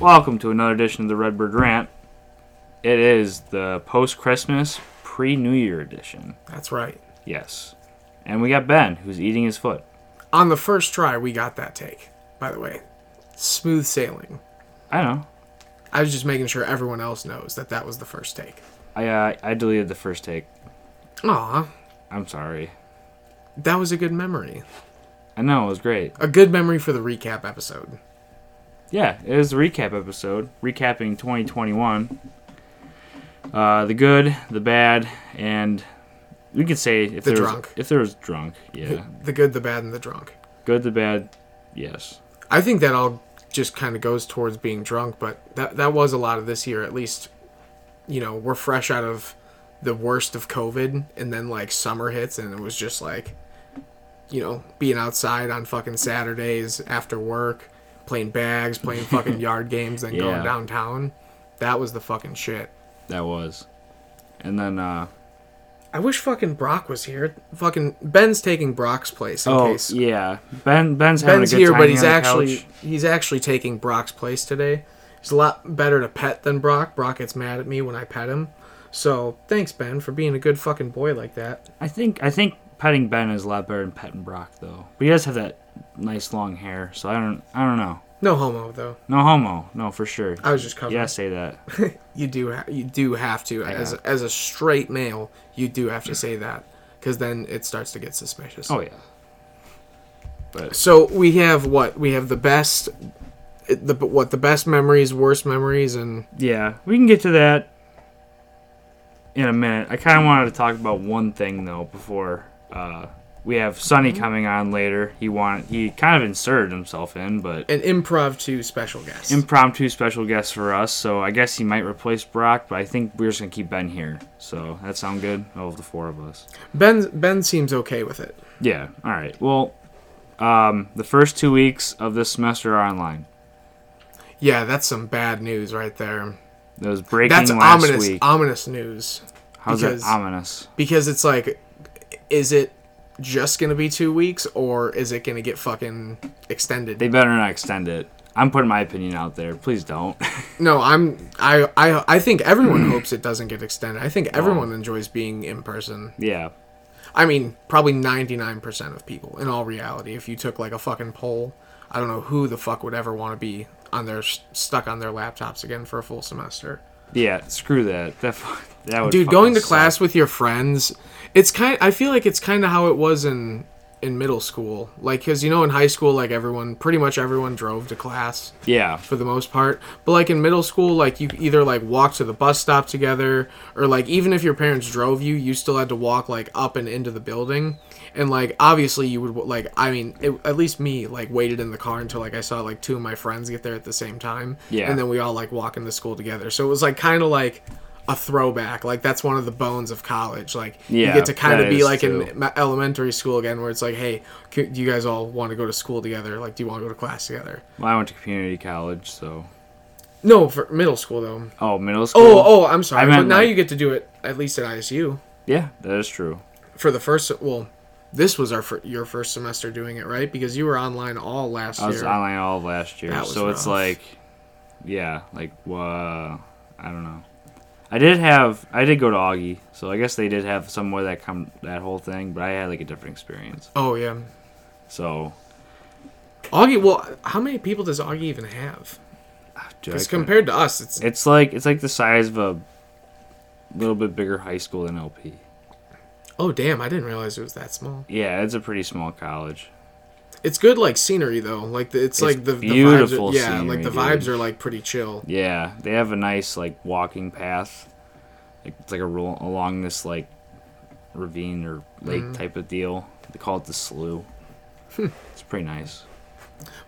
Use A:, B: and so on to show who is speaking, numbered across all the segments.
A: Welcome to another edition of the Redbird Rant. It is the post Christmas, pre New Year edition.
B: That's right.
A: Yes. And we got Ben, who's eating his foot.
B: On the first try, we got that take, by the way. Smooth sailing.
A: I know.
B: I was just making sure everyone else knows that that was the first take.
A: I, uh, I deleted the first take.
B: Aw,
A: I'm sorry.
B: that was a good memory.
A: I know, it was great.
B: A good memory for the recap episode.
A: Yeah, it is the recap episode, recapping 2021. Uh, the good, the bad, and we could say if
B: The
A: there
B: drunk.
A: was if there was drunk, yeah,
B: The good, the bad, and the drunk.
A: good, the bad, yes,
B: I think that all just kind of goes towards being drunk, but that that was a lot of this year. At least, you know, we're fresh out of the worst of COVID, and then like summer hits, and it was just like, you know, being outside on fucking Saturdays after work, playing bags, playing fucking yard games, then
A: Yeah.
B: going downtown. That was the fucking shit.
A: that was, and then uh,
B: I wish fucking Brock was here. Fucking Ben's taking Brock's place in
A: oh
B: case
A: yeah, Ben Ben's having
B: Ben's
A: a good
B: here,
A: time
B: but he's
A: on the
B: actually
A: couch.
B: he's actually taking Brock's place today. He's a lot better to pet than Brock. Brock gets mad at me when I pet him. So thanks, Ben, for being a good fucking boy like that.
A: I think I think petting Ben is a lot better than petting Brock though, but he does have that nice long hair, so I don't I don't know,
B: No homo though.
A: no homo, no for sure.
B: I was just covering.
A: Yeah, say that.
B: You do ha- you do have to as as a straight male, you do have to say that because then it starts to get suspicious.
A: Oh yeah, but
B: So we have what we have the best, the what the best memories, worst memories, and
A: yeah, we can get to that in a minute. I kind of wanted to talk about one thing though before uh, we have Sonny
B: Mm-hmm.
A: coming on later. He wanted he kind of inserted himself in, but
B: an improv special guest.
A: impromptu special guest for us. So I guess he might replace Brock, but I think we're just gonna keep Ben here. So that sound good? Of the four of us.
B: ben Ben seems okay with it.
A: Yeah. All right. Well, um, the first two weeks of this semester are online.
B: Yeah, that's some bad news right there.
A: That was breaking
B: That's
A: last
B: ominous,
A: week.
B: ominous news
A: How's
B: because-
A: that ominous?
B: because it's like, is it just gonna be two weeks or is it gonna get fucking extended?
A: They better not extend it. I'm putting my opinion out there. Please don't.
B: no, I'm I I I think everyone hopes it doesn't get extended. I think everyone enjoys being in person.
A: yeah.
B: I mean, probably 99% of people in all reality. If you took like a fucking poll, I don't know who the fuck would ever want to be on their stuck on their laptops again for a full semester.
A: Yeah. Screw that. That. fu- That would.
B: dude
A: fucking
B: going to
A: suck.
B: class with your friends it's kind i feel like it's kind of how it was in in middle school like because you know in high school like everyone pretty much everyone drove to class
A: Yeah.
B: for the most part but like in middle school like you either like walked to the bus stop together or like even if your parents drove you you still had to walk like up and into the building and like obviously you would like i mean it, at least me like waited in the car until like i saw like two of my friends get there at the same time
A: Yeah.
B: and then we all like walk into school together so it was like kind of like a throwback like that's one of the bones of college like you
A: Yeah,
B: get to kind
A: that
B: of be
A: is
B: like
A: true.
B: in ma- elementary school again where it's like hey c- do you guys all want to go to school together like do you want to go to class together
A: Well, I went to community college, so.
B: no, for middle school though.
A: Oh, middle school.
B: Oh, oh, I'm sorry.
A: I meant,
B: but now
A: like-
B: you get to do it at least at ISU
A: Yeah, that is true.
B: for the first. Well, this was our fir- your first semester doing it, right? Because you were online all last
A: I was
B: year.
A: online all of last year,
B: That was
A: so it's
B: rough.
A: like, yeah, like wha I don't know. I did have, I did go to Augie, so I guess they did have somewhere that come that whole thing, but I had like a different experience.
B: Oh yeah,
A: So,
B: Augie. Well, how many people does Augie even have?
A: ah, dude, I
B: Because
A: couldn't-
B: compared to us, it's
A: it's like it's like the size of a little bit bigger high school than LP.
B: oh damn, I didn't realize it was that small.
A: Yeah, it's a pretty small college.
B: It's good like scenery though. Like the,
A: It's
B: it's, like the, the
A: beautiful
B: vibes. Are, yeah, like
A: scenery,
B: the
A: dude.
B: vibes are like pretty chill.
A: Yeah, they have a nice like walking path. Like, it's like a roll along this like ravine or lake
B: Mm.
A: type of deal. They call it the slough.
B: Hmm.
A: it's pretty nice.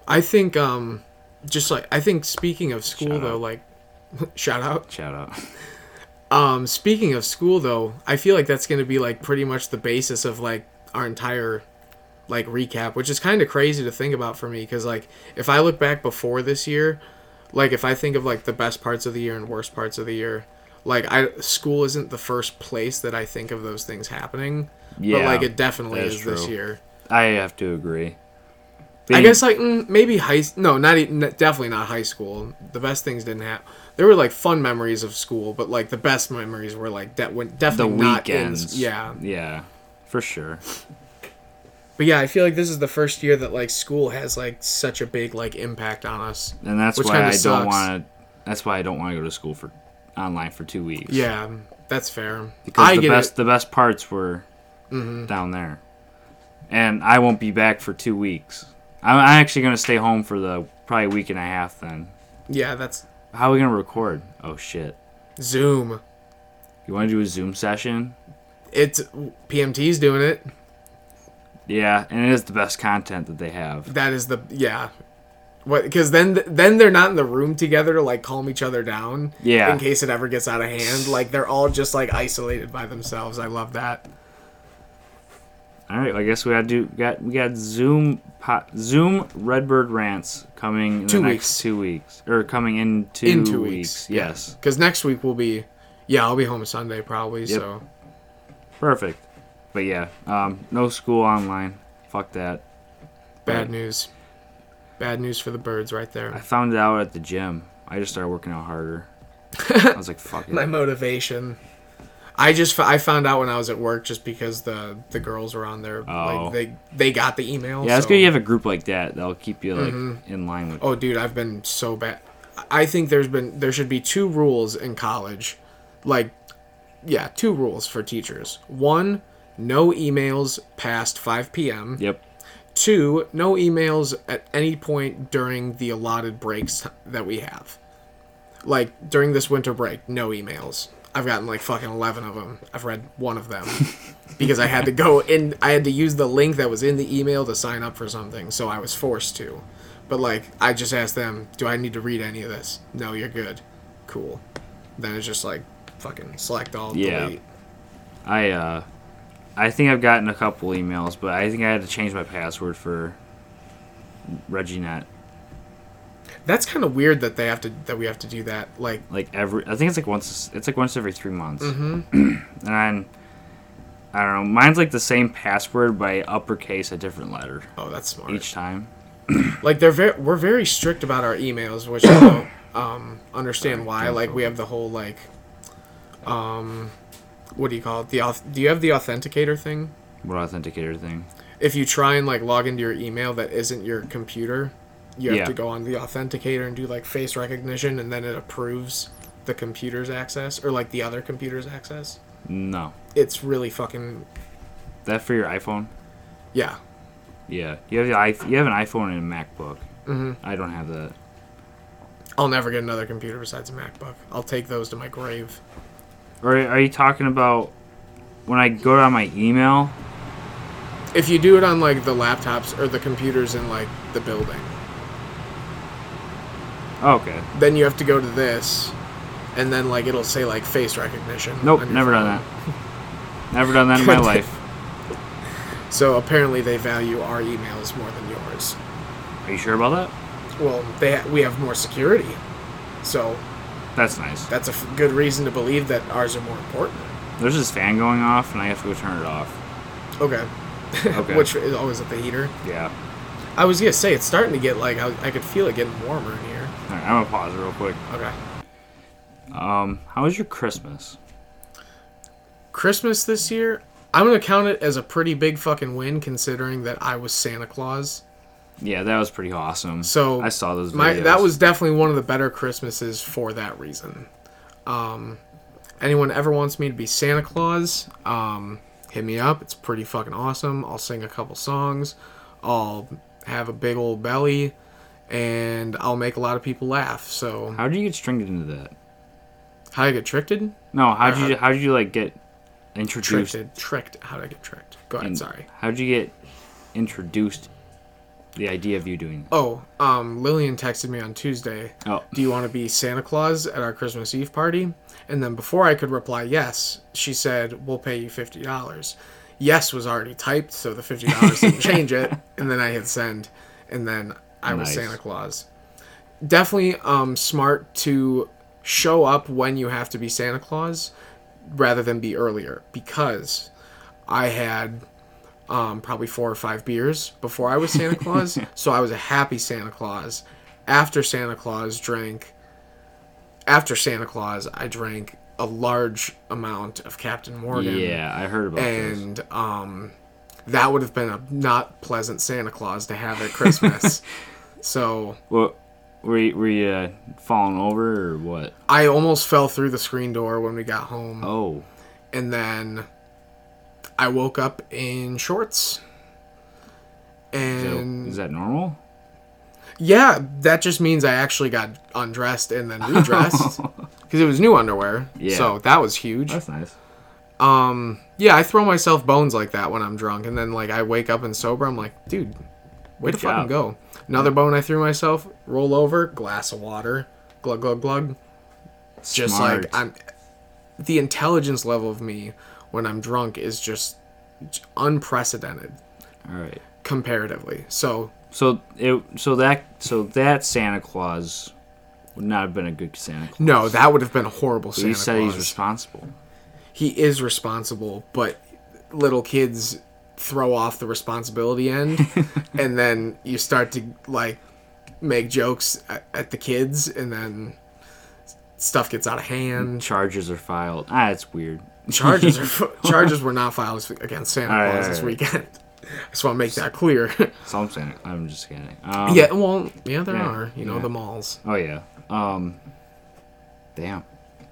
B: I think um, just like I think speaking of school
A: Shout
B: though,
A: out.
B: like shout out.
A: Shout out.
B: Um, speaking of school, though, I feel like that's going to be like pretty much the basis of like our entire like recap, which is kind of crazy to think about for me because like if I look back before this year, like if I think of like the best parts of the year and worst parts of the year, like I school isn't the first place that I think of those things happening,
A: Yeah,
B: but like it definitely
A: that
B: is,
A: is
B: this
A: true.
B: year.
A: I have to agree.
B: I guess like mm, maybe high. No, not e- n- definitely not high school. The best things didn't happen. There were like fun memories of school, but like the best memories were like that. De-
A: the
B: definitely not in-
A: weekends.
B: yeah,
A: Yeah, for sure.
B: but yeah, I feel like this is the first year that like school has like such a big like impact on us.
A: And that's
B: Which
A: why
B: kinda
A: I don't
B: sucks.
A: want to. That's why I don't want to go to school for online for two weeks.
B: Yeah, that's fair.
A: because
B: I
A: the
B: get
A: best
B: it. Mm-hmm.
A: the best parts were down there, and I won't be back for two weeks. I'm, I'm actually gonna stay home for the probably week and a half. Then
B: Yeah, that's
A: how are we gonna record? Oh shit!
B: Zoom.
A: You want to do a Zoom session?
B: It's PMT's doing it.
A: Yeah, and it is the best content that they have.
B: That is the yeah. What? Because then then they're not in the room together to like calm each other down.
A: Yeah.
B: In case it ever gets out of hand, like they're all just like isolated by themselves. I love that.
A: All right, I guess we got to do got we got Zoom po- Zoom Redbird rants coming in
B: Two
A: the next
B: weeks.
A: two weeks or coming in two,
B: In two
A: weeks.
B: weeks,
A: Yes,
B: Because next week will be, yeah, I'll be home Sunday probably. So
A: perfect. But yeah, um, no school online. Fuck that.
B: bad
A: Right.
B: news. Bad news for the birds right
A: I
B: there.
A: found it out at the gym. I just started working out harder. I was like, fuck it.
B: My motivation. I just f- I found out when I was at work just because the the girls were on there.
A: Oh.
B: Like they they got the email.
A: yeah, it's
B: so-
A: good you have a group like that that'll keep you like in line with.
B: Oh, dude, I've been so bad. I think there's been there should be two rules in college, like, yeah, two rules for teachers. One, no emails past 5 p.m.
A: Yep.
B: Two, no emails at any point during the allotted breaks that we have. Like during this winter break, no emails. I've gotten like fucking 11 of them. I've read one of them because I had to go in I had to use the link that was in the email to sign up for something, so I was forced to. But like I just asked them, "Do I need to read any of this?" No, you're good. Cool. Then it's just like fucking select all
A: Yeah.
B: delete.
A: I uh, I think I've gotten a couple emails, but I think I had to change my password for ReggieNet.
B: That's kind of weird that they have to that we have to do that. Like
A: Like every, I think it's like once. It's like once every three months. Mm-hmm. and I'm, I don't know. Mine's like the same password by uppercase a different letter
B: oh, that's smart.
A: each time.
B: like they're very we're very strict about our emails which i don't um, understand why like we have the whole like um what do you call it the auth- do you have the authenticator thing
A: What authenticator thing?
B: if you try and like log into your email that isn't your computer you have
A: Yeah.
B: to go on the authenticator and do like face recognition and then it approves the computer's access or like the other computer's access
A: No,
B: it's really fucking
A: that for your iPhone.
B: yeah
A: Yeah, you have the i- you have an iPhone and a MacBook. Mm-hmm. I don't have that.
B: i'll never get another computer besides a macbook i'll take those to my grave
A: Or are you talking about when I go down my email?
B: if you do it on like the laptops or the computers in like the building
A: Oh, okay.
B: then you have to go to this and then like it'll say like face recognition
A: Nope,
B: on your
A: never done
B: phone.
A: that. Never done that in my
B: Good.
A: life.
B: so apparently they value our emails more than yours
A: Are you sure about that?
B: well they ha- we have more security so
A: That's nice.
B: that's a f- good reason to believe that ours are more important
A: There's this fan going off, and I have to go turn it off.
B: okay
A: Okay.
B: which is always at the heater
A: Yeah.
B: i was gonna say it's starting to get like i, I could feel it getting warmer in here
A: All right, I'm gonna pause real quick.
B: okay
A: How was your Christmas?
B: christmas this year i'm gonna count it as a pretty big fucking win considering that i was santa claus
A: Yeah, that was pretty awesome.
B: So
A: I saw those. Videos.
B: My, that was definitely one of the better Christmases for that reason. Um, anyone ever wants me to be Santa Claus, um, hit me up. It's pretty fucking awesome. I'll sing a couple songs. I'll have a big old belly, and I'll make a lot of people laugh. So
A: How did you get stringed into that?
B: how I get tricked?
A: No, how
B: uh,
A: did you how did you like get introduced?
B: Tricked. Tricked. How did I get tricked? Go ahead. Sorry.
A: How'd you get introduced? The idea of you doing that.
B: Oh, um, Lillian texted me on Tuesday.
A: Oh,
B: do you want to be Santa Claus at our Christmas Eve party? And then before I could reply yes, she said, we'll pay you $50. Yes was already typed, so the $50 didn't change it. And then I hit send, and then I was
A: Nice.
B: Santa Claus. Definitely um, smart to show up when you have to be Santa Claus rather than be earlier because I had um, probably four or five beers before I was Santa Claus. so I was a happy Santa Claus. After Santa Claus drank, after Santa Claus, I drank a large amount of Captain Morgan.
A: Yeah, I heard about this.
B: And um, that would have been a not pleasant Santa Claus to have at Christmas. so
A: Well, were you, were you uh, falling over or what?
B: I almost fell through the screen door when we got home.
A: Oh,
B: and then I woke up in shorts.
A: so
B: And
A: is that normal?
B: yeah, that just means I actually got undressed and then redressed because it was new underwear.
A: Yeah.
B: So that was huge.
A: That's nice.
B: Um, yeah, I throw myself bones like that when I'm drunk, and then like I wake up and sober, I'm like, dude, way
A: Good
B: to
A: job.
B: fucking go. Another bone I threw myself, roll over, glass of water, glug glug glug. It's just
A: Smart.
B: like I'm the intelligence level of me when I'm drunk is just unprecedented
A: All right.
B: comparatively. So
A: So it so that so that Santa Claus would not have been a good Santa Claus.
B: no, that would have been a horrible
A: he
B: Santa
A: said
B: Claus.
A: he's responsible.
B: he is responsible, but little kids throw off the responsibility end, and then you start to like make jokes at, at the kids, and then stuff gets out of hand.
A: Charges are filed. Ah, it's weird.
B: Charges are, charges were not filed against Santa
A: All right,
B: Claus
A: all
B: this
A: right.
B: weekend. I just want to make that clear.
A: Some Santa. I'm just kidding. Um,
B: yeah, well, yeah, there
A: Yeah,
B: are. You know,
A: yeah.
B: the malls.
A: Oh yeah. Um. Damn.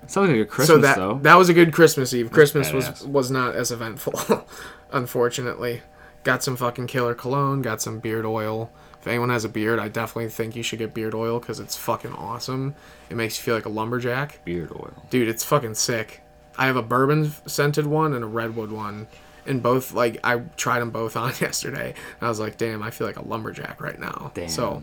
A: Sounds like a Christmas
B: so that
A: though.
B: that was a good Christmas Eve. Christmas was
A: badass.
B: was not as eventful, unfortunately. Got some fucking killer cologne. Got some beard oil. If anyone has a beard, I definitely think you should get beard oil because it's fucking awesome. It makes you feel like a lumberjack,
A: Beard oil.
B: dude. It's fucking sick. I have a bourbon scented one and a redwood one, and both like I tried them both on yesterday. And I was like, damn, I feel like a lumberjack right now.
A: Damn.
B: So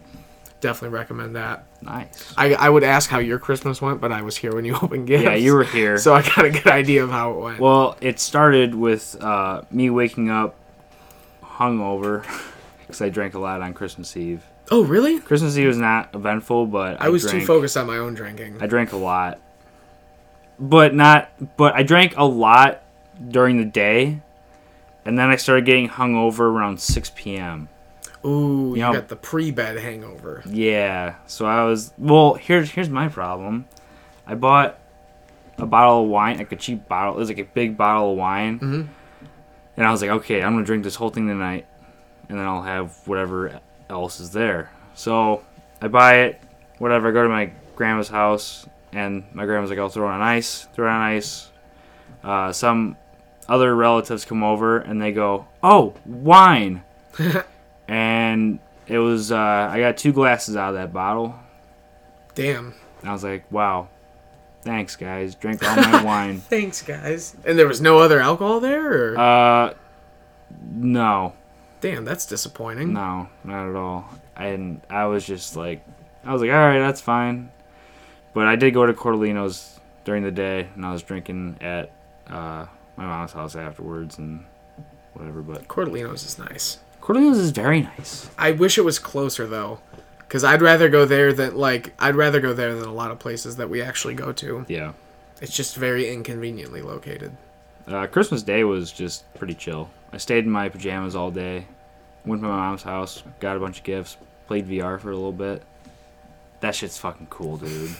B: definitely recommend that.
A: Nice.
B: I, I would ask how your Christmas went, but I was here when you opened gifts.
A: Yeah, you were here.
B: So I got a good idea of how it went.
A: Well, it started with uh, me waking up hungover because I drank a lot on Christmas Eve.
B: oh, really?
A: Christmas Eve was not eventful, but I,
B: I was too
A: drank,
B: focused on my own drinking.
A: I drank a lot, but not. But I drank a lot during the day, and then I started getting hungover around six p.m.
B: Ooh, you
A: Yeah.
B: got the pre-bed hangover.
A: Yeah. So I was well. Here's here's my problem. I bought a bottle of wine, like a cheap bottle. It was like a big bottle of wine, and I was like, okay, I'm gonna drink this whole thing tonight, and then I'll have whatever else is there. So I buy it, whatever. I go to my grandma's house, and my grandma's like, I'll throw it on ice. Throw it on ice. Uh, some other relatives come over, and they go, oh, wine and it was uh, I got two glasses out of that bottle.
B: Damn.
A: And I was like, wow, thanks guys, drank all my wine.
B: Thanks, guys. And there was no other alcohol there. Or?
A: Uh, no,
B: Damn, that's disappointing.
A: no, not at all. And I was just like, I was like, all right, that's fine. But I did go to Cordellino's during the day, and I was drinking at uh, my mom's house afterwards and whatever. But
B: Cordellino's is nice.
A: Cordellino's is very nice.
B: I wish it was closer though, because I'd rather go there than like I'd rather go there than a lot of places that we actually go to.
A: Yeah.
B: It's just very inconveniently located.
A: Uh, Christmas Day was just pretty chill. I stayed in my pajamas all day. Went to my mom's house, got a bunch of gifts, played VR for a little bit. That shit's fucking cool, dude.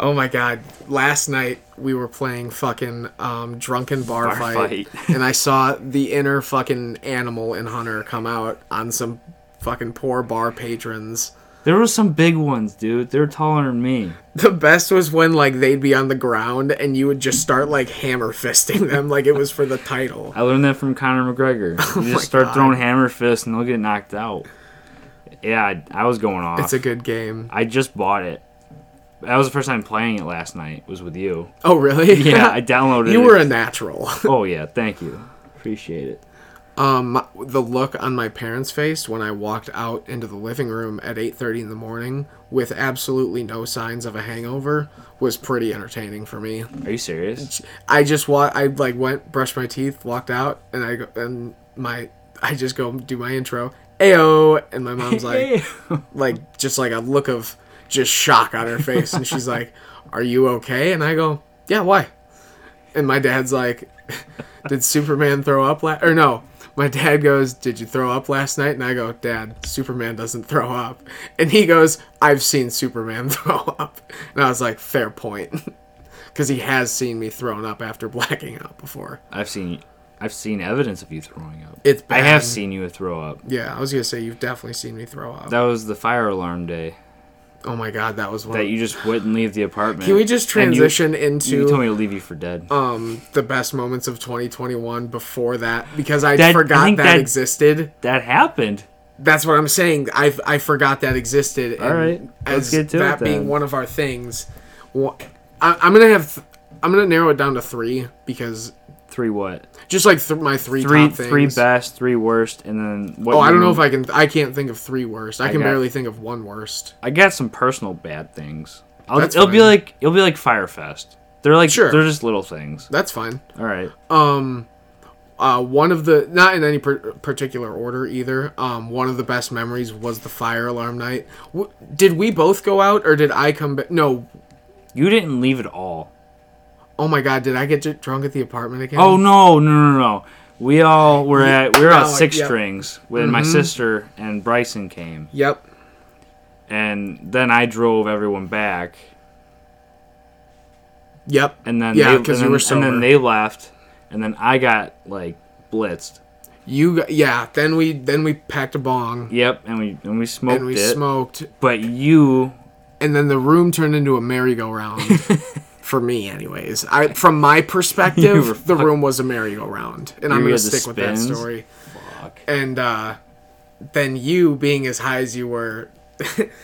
B: Oh my god! Last night we were playing fucking um, drunken bar,
A: Bar
B: fight,
A: fight.
B: and I saw the inner fucking animal in Hunter come out on some fucking poor bar patrons.
A: There were some big ones, dude. They're taller than me.
B: The best was when like they'd be on the ground and you would just start like hammer fisting them like it was for the title.
A: I learned that from Conor McGregor. You
B: Oh my
A: just start
B: God.
A: throwing hammer fists and they'll get knocked out. Yeah, I, I was going off.
B: It's a good game.
A: I just bought it. That was the first time playing it last night. Was with you.
B: Oh really?
A: Yeah, I downloaded
B: you
A: it.
B: were a natural.
A: oh yeah, thank you. Appreciate it.
B: Um, my- the look on my parents' face when I walked out into the living room at 8:30 in the morning with absolutely no signs of a hangover was pretty entertaining for me.
A: Are you serious?
B: I just wa- I like went, brushed my teeth, walked out, and I go, and my I just go do my intro, ayo, and my mom's like, like just like a look of just shock on her face, and she's like, "Are you okay?" And I go, "Yeah, why?" And my dad's like, "Did Superman throw up?" La-? Or no, my dad goes, "Did you throw up last night?" And I go, "Dad, Superman doesn't throw up." And he goes, "I've seen Superman throw up." And I was like, "Fair point." Cuz he has seen me thrown up after blacking out before.
A: I've seen I've seen evidence of you throwing up.
B: It's
A: I have
B: bad.
A: seen you throw up.
B: Yeah, I was going to say you've definitely seen me throw up.
A: That was the fire alarm day
B: oh my god, that was one.
A: that you just wouldn't leave the apartment.
B: Can we just
A: And you-
B: transition into
A: You told me to leave you for dead.
B: um the best moments of 2021 before that because I
A: That- I
B: forgot
A: think
B: that,
A: that-
B: existed.
A: that happened.
B: That's what I'm saying. I I forgot that existed. and
A: All right, let's
B: as
A: get to
B: that
A: it
B: being
A: then.
B: one of our things, wha- I, am gonna have th- I'm gonna narrow it down to three because
A: Three what?
B: just like th- my three
A: Three
B: top things.
A: three best, three worst, and then what?
B: oh, I
A: you-
B: don't know if I can. I can't think of three worst. I, can
A: got-
B: barely think of one worst.
A: I got some personal bad things. I'll,
B: That's
A: it'll be
B: fine.
A: like it'll be like Firefest. They're like
B: Sure.
A: they're just little things.
B: That's fine.
A: All right.
B: um uh, one of the not in any par- particular order either um one of the best memories was the fire alarm night w- did we both go out or did i come back no
A: You didn't leave at all.
B: oh my god did i get j- drunk at the apartment again
A: Oh no, no, no, no. We all were at we were
B: Oh,
A: out six
B: yep.
A: strings when my
B: Mm-hmm.
A: sister and Bryson came,
B: yep
A: and then I drove everyone back,
B: yep
A: and then
B: Yeah,
A: they-
B: 'cause
A: and
B: you were
A: then- and
B: sober.
A: then they left, and then I got like blitzed.
B: you g- yeah then we then we packed a bong
A: Yep, and we and we smoked
B: and we
A: it.
B: smoked
A: but you
B: and then the room turned into a merry-go-round for me anyways i from my
A: You were
B: perspective the room was a merry-go-round and i'm
A: You
B: gonna
A: had the
B: stick with that
A: spins?
B: story and uh, then you being as high as you were.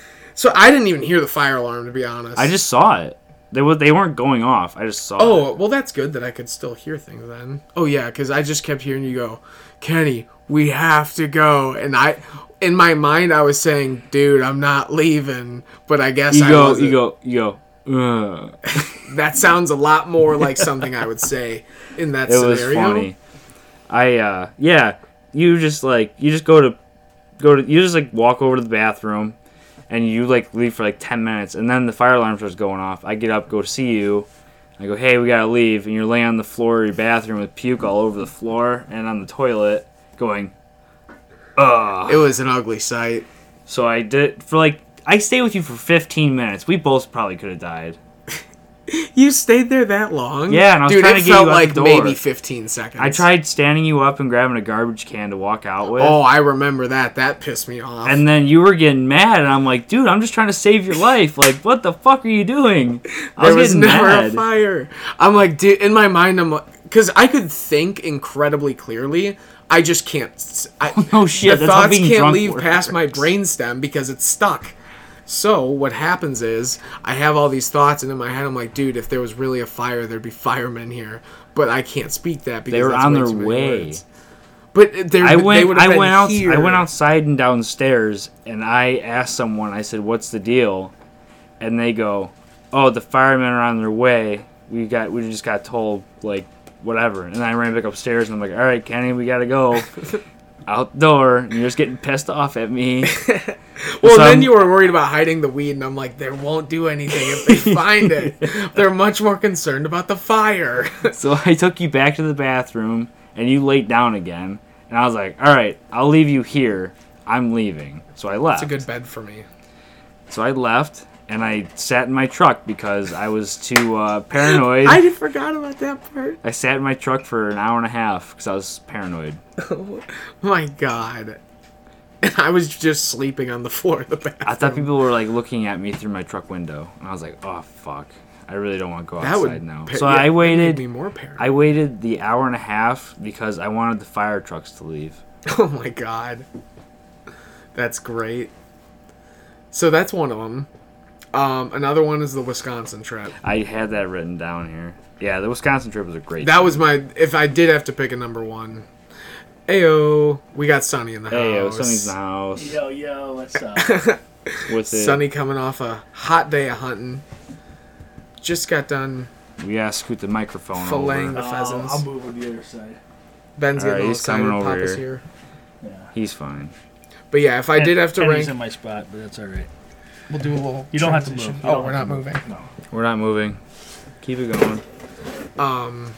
B: so I didn't even hear the fire alarm to be honest.
A: I just saw it. They were they weren't going off. I just saw. it.
B: oh well, that's good that I could still hear things then. Oh yeah, because I just kept hearing you go, Kenny, we have to go, and I. In my mind, I was saying, "Dude, I'm not leaving," but I guess
A: you
B: I
A: go,
B: wasn't.
A: you go, you go. Ugh.
B: That sounds a lot more like something I would say in that
A: It
B: scenario.
A: was funny. I uh yeah, you just like you just go to go to you just like walk over to the bathroom, and you like leave for like ten minutes, and then the fire alarm starts going off. I get up, go see you. I go, hey, we gotta leave, and you're laying on the floor of your bathroom with puke all over the floor and on the toilet, going, ugh.
B: It was an ugly sight.
A: So I did for like I stayed with you for 15 minutes. We both probably could have died.
B: You stayed there that long?
A: Yeah, and I was
B: Dude,
A: trying
B: it
A: to get
B: felt
A: you out
B: like
A: the door.
B: maybe 15 seconds.
A: I tried standing you up and grabbing a garbage can to walk out with.
B: Oh, I remember that. That pissed me off.
A: And then you were getting mad, and I'm like, dude, I'm just trying to save your life. Like, what the fuck are you doing? I
B: there
A: was,
B: was
A: getting
B: never a
A: mad.
B: fire. I'm like, dude, in my mind, I'm like, because I could think incredibly clearly. I just can't. s- I,
A: No Oh, shit,
B: The
A: that's how
B: thoughts
A: being
B: can't
A: drunk
B: leave
A: works.
B: past my brainstem because it's stuck. So what happens is I have all these thoughts, and in my head, I'm like, dude, if there was really a fire, there'd be firemen here. But I can't speak that because
A: They were
B: that's
A: on
B: way
A: their
B: too many
A: way.
B: words. But uh, there,
A: I
B: They
A: went.
B: would have
A: I
B: been
A: went out.
B: Here.
A: I went outside and downstairs, and I asked someone. I said, "What's the deal?" And they go, "Oh, the firemen are on their way. We got. We just got told like whatever." And I ran back upstairs, and I'm like, "All right, Kenny, we gotta go." Outdoor, and you're just getting pissed off at me.
B: Well,
A: So
B: then
A: I'm-
B: you were worried about hiding the weed, and I'm like, they won't do anything if they find it. They're much more concerned about the fire.
A: So I took you back to the bathroom, and you laid down again. And I was like, "All right, I'll leave you here. I'm leaving." So I left.
B: It's a good bed for me.
A: So I left and I sat in my truck because I was too uh, paranoid. I...
B: I forgot about that part.
A: sat in my truck for an hour and a half because I was paranoid.
B: My God. And I was just sleeping on the floor of the bathroom.
A: I thought people were like looking at me through my truck window, and I was like, "Oh fuck, I really don't want to go
B: that
A: outside
B: would
A: now."
B: par-
A: So
B: yeah, that
A: I
B: made
A: waited.
B: me more paranoid.
A: I waited the hour and a half because I wanted the fire trucks to leave.
B: Oh my god. That's great. So that's one of them. Um, another one is the Wisconsin trip.
A: I had that written down here. Yeah, the Wisconsin trip was a great.
B: That was my. If I did have to pick a number one, Ayo, we got Sunny in the house.
A: Hey, Sunny's in the house
C: Yo, yo, what's up?
A: with it.
B: Sunny coming off a hot day of hunting. Just got done.
A: We gotta scoot the microphone
B: Filleting
A: over.
B: the- pheasants.
C: I'll move on the other side.
B: Ben's
A: All right,
B: getting all
A: he's coming
B: excited.
A: over
B: Papa's
A: here.
B: here.
C: Yeah.
A: He's fine.
B: But yeah, if I did have to
C: Kenny's
B: rank,
C: in my spot, but that's all right.
B: we'll do a little.
C: You don't have to
B: transition.
C: move. You
B: Oh,
C: don't
B: we're
C: have
B: not moving.
A: We're not moving. Keep it going.
B: Um,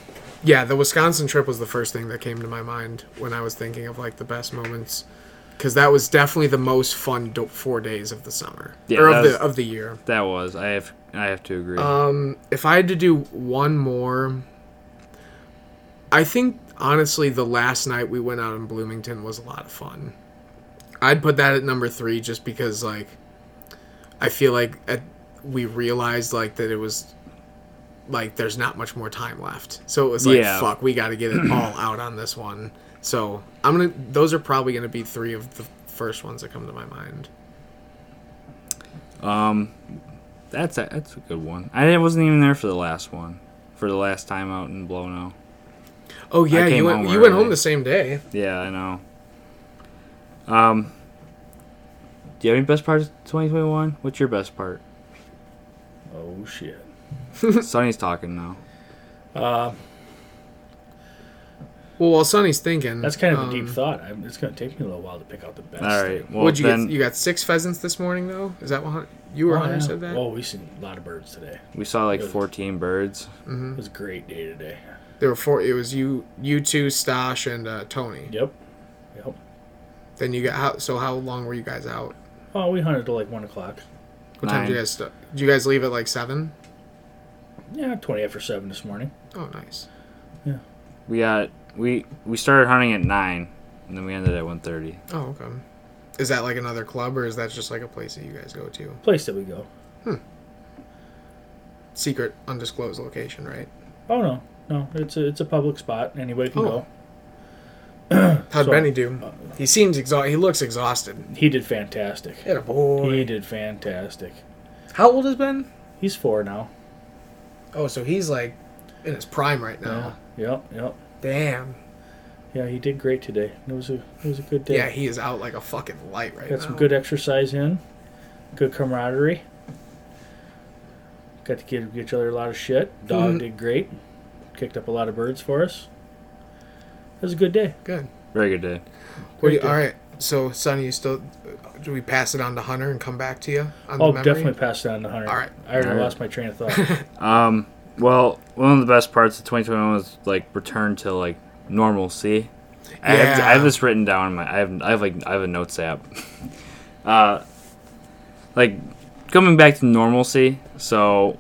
B: yeah, the Wisconsin trip was the first thing that came to my mind when I was thinking of like the best moments, because that was definitely the most fun do- four days of the summer
A: Yeah,
B: or
A: that
B: of
A: was-
B: the of the year.
A: That was. I have. I have to agree.
B: Um, if I had to do one more, I think honestly the last night we went out in Bloomington was a lot of fun. I'd put that at number three just because like I feel like at, we realized like that it was like there's not much more time left, so it was like
A: Yeah.
B: fuck, we got to get it all out on this one. So I'm gonna. Those are probably gonna be three of the first ones that come to my mind.
A: that's a, that's a good one. I wasn't even there for the last one, for the last time out in Blono.
B: Oh yeah,
A: came
B: you
A: home
B: went. You went
A: early.
B: home the same day.
A: Yeah, I know. Um, do you have any best parts of 2021? What's your best part?
C: Oh shit.
A: Sonny's talking now.
B: Well, while Sonny's thinking,
C: That's kind of a
B: um,
C: deep thought. I, it's gonna take me a little while to pick out the best.
A: All right. Well,
B: What'd you
A: then
B: get? You got six pheasants this morning, though. Is that what Hun- you
C: Oh,
B: or
C: yeah.
B: Hunter said that?
C: Whoa, we seen a lot of birds today.
A: we saw like 14 birds.
B: Hmm.
C: It was a great day today.
B: There were four. It was you, you two, Stosh, and uh, Tony.
C: Yep. Yep.
B: Then you got how? So how long were you guys out?
C: Oh, we hunted till like one o'clock.
B: What time did you
A: Nine.
B: guys? St- did you guys leave at like seven?
C: Yeah, twenty after seven this morning.
B: Oh, nice.
A: We got we we started hunting at nine, and then we ended at 1:30.
B: Oh, okay. Is that like another club, or is that just like a place that you guys go to?
C: Place that we go.
B: Secret, undisclosed location, right?
C: Oh no, no, it's a it's a public spot. Anybody can
B: Oh.
C: go.
B: How'd
C: So-
B: Benny do? He seems exhausted. He looks exhausted.
C: He did fantastic.
B: Get a Oh. boy.
C: He did fantastic.
B: How old is Ben?
C: He's four now.
B: Oh, so he's like in his prime right now.
C: Yep, yep.
B: Damn.
C: Yeah, he did great today. It was a it was a good day.
B: Yeah, he is out like a fucking light right now.
C: Got some good exercise in, good camaraderie. Got to give each other a lot of shit. Dog
B: Mhm.
C: did great. Kicked up a lot of birds for us. It was a good day.
B: Good.
A: Very good day.
B: What do
C: Great
B: you-
C: day.
B: all right. So, Sonny, you still do we pass it on to Hunter and come back to you on
C: Oh,
B: the memory?
C: definitely passed it on to Hunter.
B: All right.
C: I already
A: All right.
C: lost my train of thought.
A: Um, well, one of the best parts of 2021 was like return to like normalcy. I, have, I
B: Yeah.
A: have this written down. In my I have I have like I have a notes app. uh, like coming back to normalcy. So,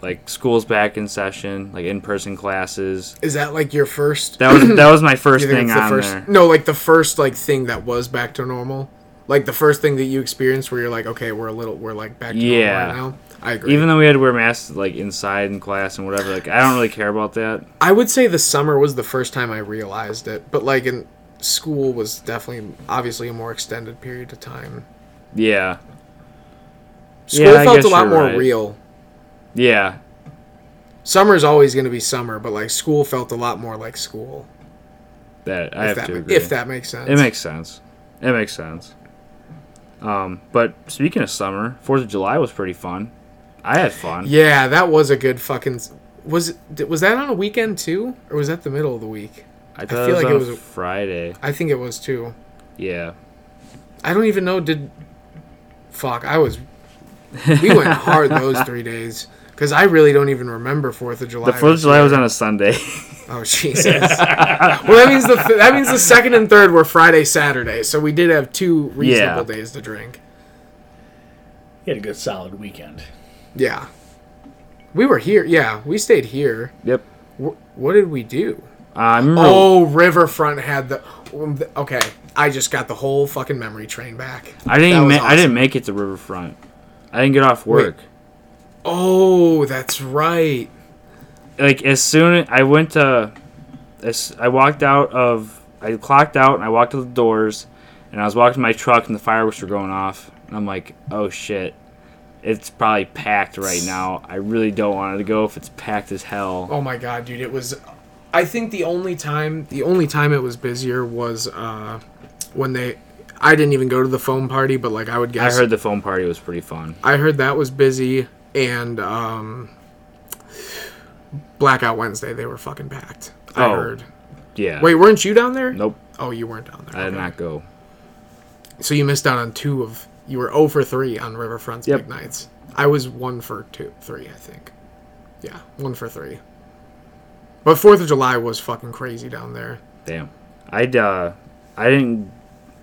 A: like school's back in session. Like in person classes.
B: Is that like your first?
A: That was that was my
B: you
A: first
B: think
A: thing
B: it's the
A: on
B: first- Mm,
A: there.
B: No, like the first like thing that was back to normal, like the first thing that you experienced where you're like, okay, we're a little, we're like back to
A: Yeah.
B: normal right now. I agree.
A: Even though we had to wear masks like inside in class and whatever, like I don't really care about that.
B: I would say the summer was the first time I realized it, but like in school was definitely obviously a more extended period of time.
A: Yeah,
B: School
A: Yeah, I
B: felt a
A: guess
B: lot
A: you're
B: more
A: right.
B: real.
A: yeah,
B: Summer's always going to be summer, but like school felt a lot more like school.
A: that I
B: If
A: have
B: that,
A: to
B: ma-
A: agree.
B: if that makes sense.
A: It makes sense. It makes sense. Um, but speaking of summer, Fourth of July was pretty fun. I had fun.
B: Yeah, that was a good fucking. Was it, did- was that on a weekend too, or was that the middle of the week?
A: I, thought
B: feel
A: it was
B: like
A: on
B: it
A: a
B: was a-
A: Friday.
B: I think it was too.
A: Yeah,
B: I don't even know. Did fuck? I was. We went hard those three days because I really don't even remember Fourth of July.
A: the Fourth of
B: this
A: July
B: year.
A: was on a Sunday.
B: Oh Jesus! well, that means the th- that means the second and third were Friday, Saturday. So we did have two reasonable
A: Yeah.
B: days to drink.
C: he had a good solid weekend.
B: Yeah, we were here. Yeah, we stayed here.
A: yep.
B: Wh- what did we do?
A: Uh, I remember.
B: Oh, Riverfront had the. um, th- Okay, I just got the whole fucking memory train back.
A: I didn't.
B: that
A: even Ma-
B: was
A: I
B: awesome.
A: didn't make it to Riverfront. I didn't get off work.
B: Oh, that's right.
A: Like as soon I went to, as I walked out of, I clocked out and I walked to the doors, and I was walking to my truck and the fireworks were going off, and I'm like, oh shit. It's probably packed right now. I really don't want to go if it's packed as hell.
B: Oh my god, dude, it was. I think the only time the only time it was busier was uh, when they. I didn't even go to the foam party, but like I would
A: I
B: guess
A: heard the foam party was pretty fun.
B: I heard that was busy and um, Blackout Wednesday they were fucking packed. I
A: Oh.
B: heard.
A: Yeah.
B: Wait, weren't you down there?
A: Nope.
B: Oh, you weren't down there.
A: I did
B: Okay.
A: not go.
B: So you missed out on two of you were 0 for three on Riverfront's
A: Yep.
B: big nights. I was one for two three, I think. Yeah, one for three. But Fourth of July was fucking crazy down there.
A: Damn. I'd, uh, I didn't.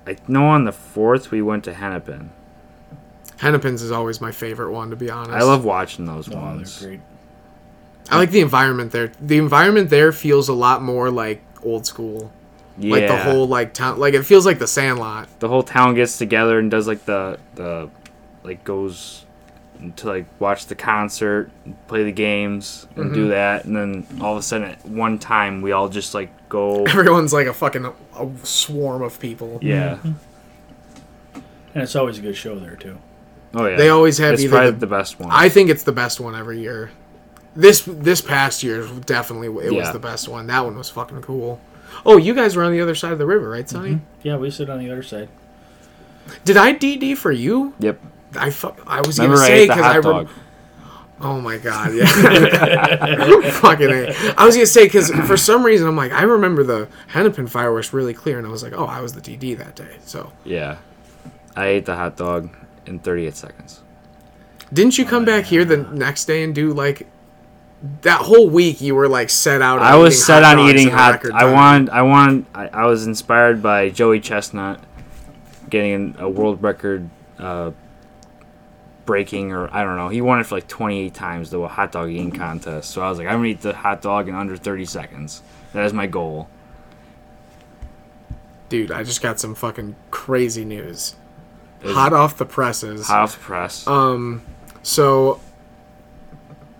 A: I know on the 4th we went to Hennepin.
B: Hennepin's is always my favorite one, to be honest.
A: I love watching those
C: Oh,
A: ones.
C: they're great.
B: I like the environment there. The environment there feels a lot more like old school.
A: Yeah.
B: Like the whole like town, like it feels like the Sandlot.
A: the whole town gets together and does like the the like goes to like watch the concert, play the games, and
B: Mm-hmm.
A: do that, and then all of a sudden at one time we all just like go
B: Everyone's like a fucking a swarm of people.
A: yeah
C: And it's always a good show there too.
A: oh yeah
B: They always have
A: it's
B: either
A: probably
B: the-
A: the best one
B: I think it's the best one every year. This this past year is definitely it was
A: Yeah.
B: the best one. That one was fucking cool. Oh, you guys were on the other side of the river, right, Sonny?
A: Mm-hmm.
C: Yeah, we sit on the other side.
B: Did I DD for you?
A: yep
B: I fuck. I was
A: remember
B: gonna
A: I
B: say
A: ate the
B: because
A: hot
B: I. Rem-
A: dog
B: oh my god! Yeah. fucking. A. I was gonna say because for some reason I'm like I remember the Hennepin fireworks really clear, and I was like, oh, I was the DD that day. So
A: yeah I ate the hot dog in 38 seconds
B: didn't you come back here the next day and do like that whole week? You were like set out. On
A: I was
B: eating
A: set
B: hot
A: on
B: dogs
A: eating
B: in a
A: hot.
B: record
A: I
B: time.
A: wanted. I wanted. I, I was inspired by Joey Chestnut getting a world record uh, breaking, or I don't know. He won it for like 28 times the hot dog eating contest. So I was like, I'm gonna eat the hot dog in under 30 seconds. That is my goal.
B: Dude, I just got some fucking crazy news.
A: Is-
B: Hot off the presses.
A: Hot off the press.
B: Um, so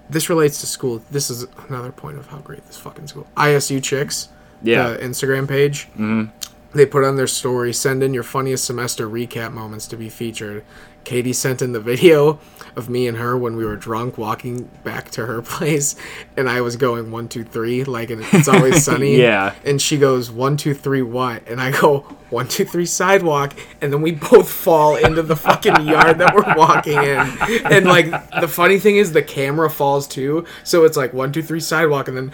B: this relates to school. This is another point of how great this fucking school. ISU chicks.
A: yeah.
B: The Instagram page. Mm-hmm. They put on their story. Send in your funniest semester recap moments to be featured. Katie sent in the video of me and her when we were drunk walking back to her place, and I was going one two three like and it's always sunny.
A: Yeah.
B: And she goes one two three what? And I go one two three sidewalk, and then we both fall into the fucking yard that we're walking in. And like the funny thing is the camera falls too, so it's like one two three sidewalk, and then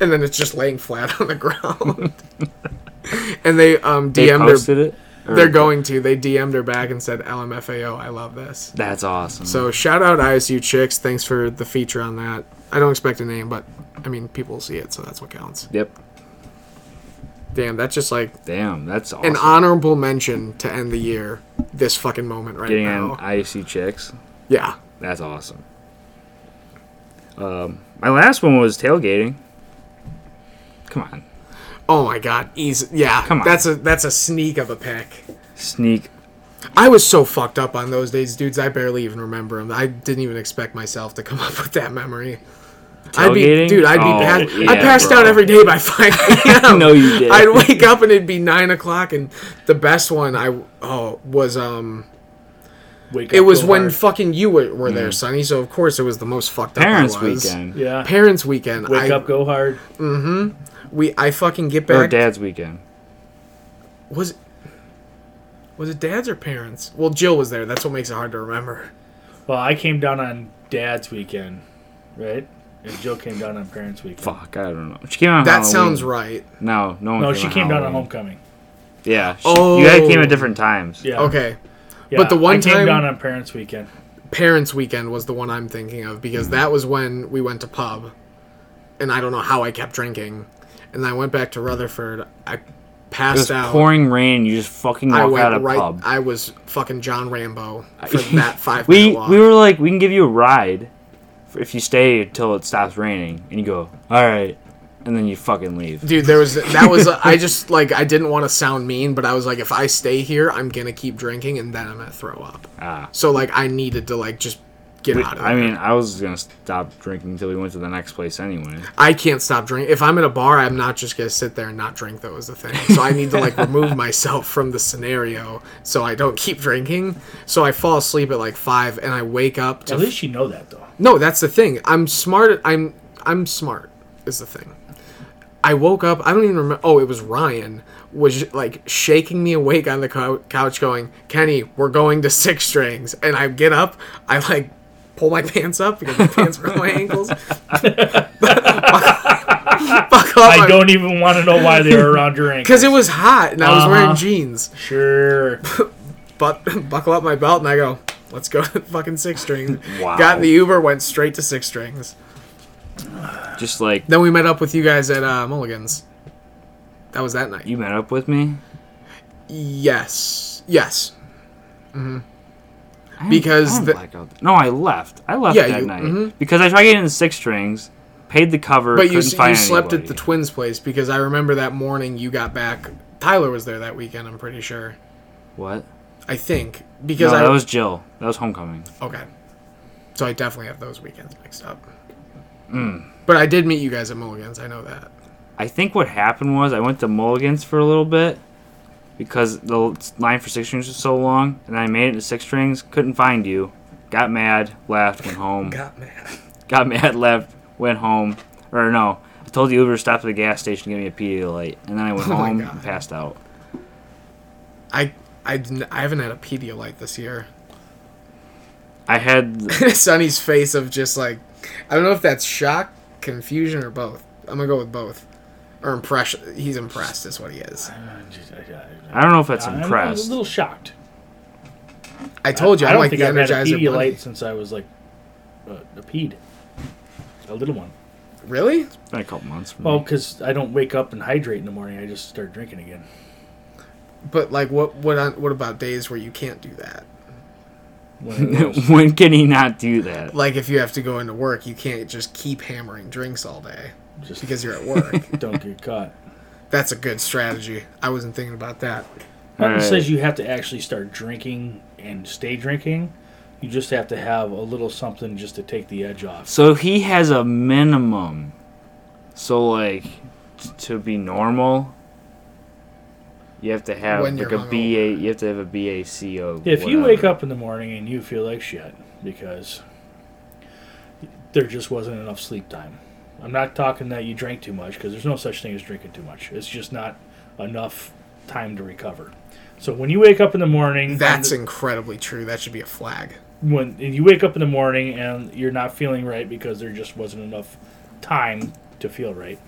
B: and then it's just laying flat on the ground. and they um
A: they
B: DM would their
A: posted it. Or-
B: they're going to. They DM'd her back and said, LMFAO, I love this.
A: That's awesome.
B: So shout out ISU Chicks. Thanks for the feature on that. I don't expect a name, but I mean, people see it, so that's what counts.
A: Yep.
B: Damn, that's just like
A: Damn. That's awesome.
B: an honorable mention to end the year. This fucking moment right
A: Getting
B: now.
A: on IFC chicks.
B: yeah.
A: That's awesome. Um, my last one was tailgating. Come on.
B: Oh my god, easy. Yeah,
A: Come on.
B: that's a that's a sneak of a pick.
A: Sneak.
B: I was so fucked up on those days, dudes. I barely even remember them. I didn't even expect myself to come up with that memory. I'd be,
A: Tailgating?
B: dude. I'd be
A: Oh,
B: pass- I
A: yeah,
B: passed out
A: bro.
B: every day by five p.m.
A: No, you did.
B: I'd wake up and it'd be nine o'clock, and the best one I oh was um
C: Wake
B: it
C: up
B: was
C: real
B: when
C: hard.
B: fucking you were, were there, Sonny. So of course it was the most fucked
A: Mm. Parents
B: up. I was.
A: weekend.
C: yeah.
B: Parents weekend.
C: Wake
B: I,
C: up, go hard.
B: We I fucking get
A: Or
B: back.
A: dad's weekend.
B: Was it, was it dad's or parents? Well, Jill was there. That's what makes it hard to remember.
C: Well, I came down on Dad's weekend, right? And Jill came down on Parents' weekend.
A: Fuck, I don't know. She came on
B: That
A: Halloween.
B: sounds right.
A: No, no one
C: No,
A: came
C: she
A: on
C: came down on
A: Halloween.
C: homecoming.
A: Yeah. She,
B: Oh.
A: You guys came at different times.
C: Yeah.
B: Okay.
C: Yeah,
B: But the one
C: I came
B: time-
C: down on Parents' weekend.
B: Parents Weekend was the one I'm thinking of
A: Mm.
B: because that was when we went to pub, and I don't know how I kept drinking, and I went back to Rutherford. I
A: It was
B: passed out.
A: pouring rain. You just fucking
B: I
A: walk
B: went
A: out of
B: right.
A: pub.
B: I was fucking John Rambo for that five
A: we
B: minute walk.
A: we were like, we can give you a ride for- if you stay until it stops raining, and you go, all right, and then you fucking leave.
B: Dude, there was that was I just like I didn't want to sound mean, but I was like, if I stay here, I'm gonna keep drinking, and then I'm gonna throw up.
A: Ah.
B: So like I needed to like just get out of there.
A: I mean, I was gonna stop drinking until we went to the next place anyway.
B: I can't stop drinking. If I'm at a bar, I'm not just gonna sit there and not drink. That was the thing. So I need to like remove myself from the scenario so I don't keep drinking. So I fall asleep at like five and I wake up to
C: At least you know that, though.
B: no. That's the thing. I'm smart. I'm I'm smart is the thing. I woke up. I don't even remember. Oh, it was Ryan was like shaking me awake on the cou- couch, going, "Kenny, we're going to six strings." And I get up. I like pull my pants up because my pants were on my ankles. Fuck off!
C: I don't even want to know why they were around your ankle.
B: because it was hot and I was wearing
C: Uh-huh.
B: jeans.
C: Sure.
B: But buckle up my belt and I go, "Let's go to fucking six strings."
A: Wow.
B: Got in the Uber, went straight to six strings.
A: Just like
B: Then we met up with you guys at uh, Mulligan's. That was that night.
A: you met up with me.
B: Yes. Yes.
A: I didn't- I
B: Because
A: didn't
B: the-
A: black out. no, I left. I left
B: Yeah,
A: that
B: you-
A: night
B: mhm.
A: because I tried getting six strings, paid the cover,
B: But
A: couldn't
B: you, s-
A: find
B: you slept at
A: anybody.
B: the twins' place because I remember that morning you got back. Tyler was there that weekend, I'm pretty sure.
A: what?
B: I think.
A: No,
B: Because I
A: that was Jill. That was homecoming.
B: Okay. So I definitely have those weekends mixed up.
A: Hmm.
B: But I did meet you guys at Mulligan's. I know that.
A: I think what happened was I went to Mulligan's for a little bit because the l- line for six strings was so long, and I made it to six strings. Couldn't find you. Got mad, left, went home.
B: Got mad.
A: Got mad, left, went home. Or no, I told the Uber to stop at the gas station to give me a Pedialyte, and then I went
B: Oh my
A: home
B: God.
A: and passed out.
B: I, I, didn't- I haven't had a Pedialyte this year.
A: I had
B: Sonny's face of just like, I don't know if that's shock, confusion, or both. I'm gonna go with both. Or impression. He's impressed is what he is.
A: I don't know if that's
C: I'm
A: impressed.
C: a little shocked.
B: I told you.
C: I
B: I'm
C: don't
B: like
C: think
B: the
C: I've had a
B: Energizer
C: Pedialyte
B: bunny.
C: since I was like a, a peed, a little one.
B: Really?
A: It's been a couple months. For me.
C: Well, because I don't wake up and hydrate in the morning. I just start drinking again.
B: But like, what what on, what about days where you can't do that?
C: One of those.
A: when can he not do that?
B: Like if you have to go into work, you can't just keep hammering drinks all day
C: just
B: because you're at work.
C: don't get caught.
B: That's a good strategy. I wasn't thinking about that.
C: Nothing
A: Alright.
C: says you have to actually start drinking and stay drinking. You just have to have a little something just to take the edge off.
A: So he has a minimum. So like t- to be normal, you have to have
B: When
A: like
B: you're
A: a BA. You have to have a BACO.
C: If you
A: whatever.
C: wake up in the morning and you feel like shit because there just wasn't enough sleep time, I'm not talking that you drank too much because there's no such thing as drinking too much. It's just not enough time to recover. So when you wake up in the morning, and
B: That's
C: the-
B: incredibly true. That should be a flag.
C: when and you wake up in the morning and you're not feeling right because there just wasn't enough time to feel right.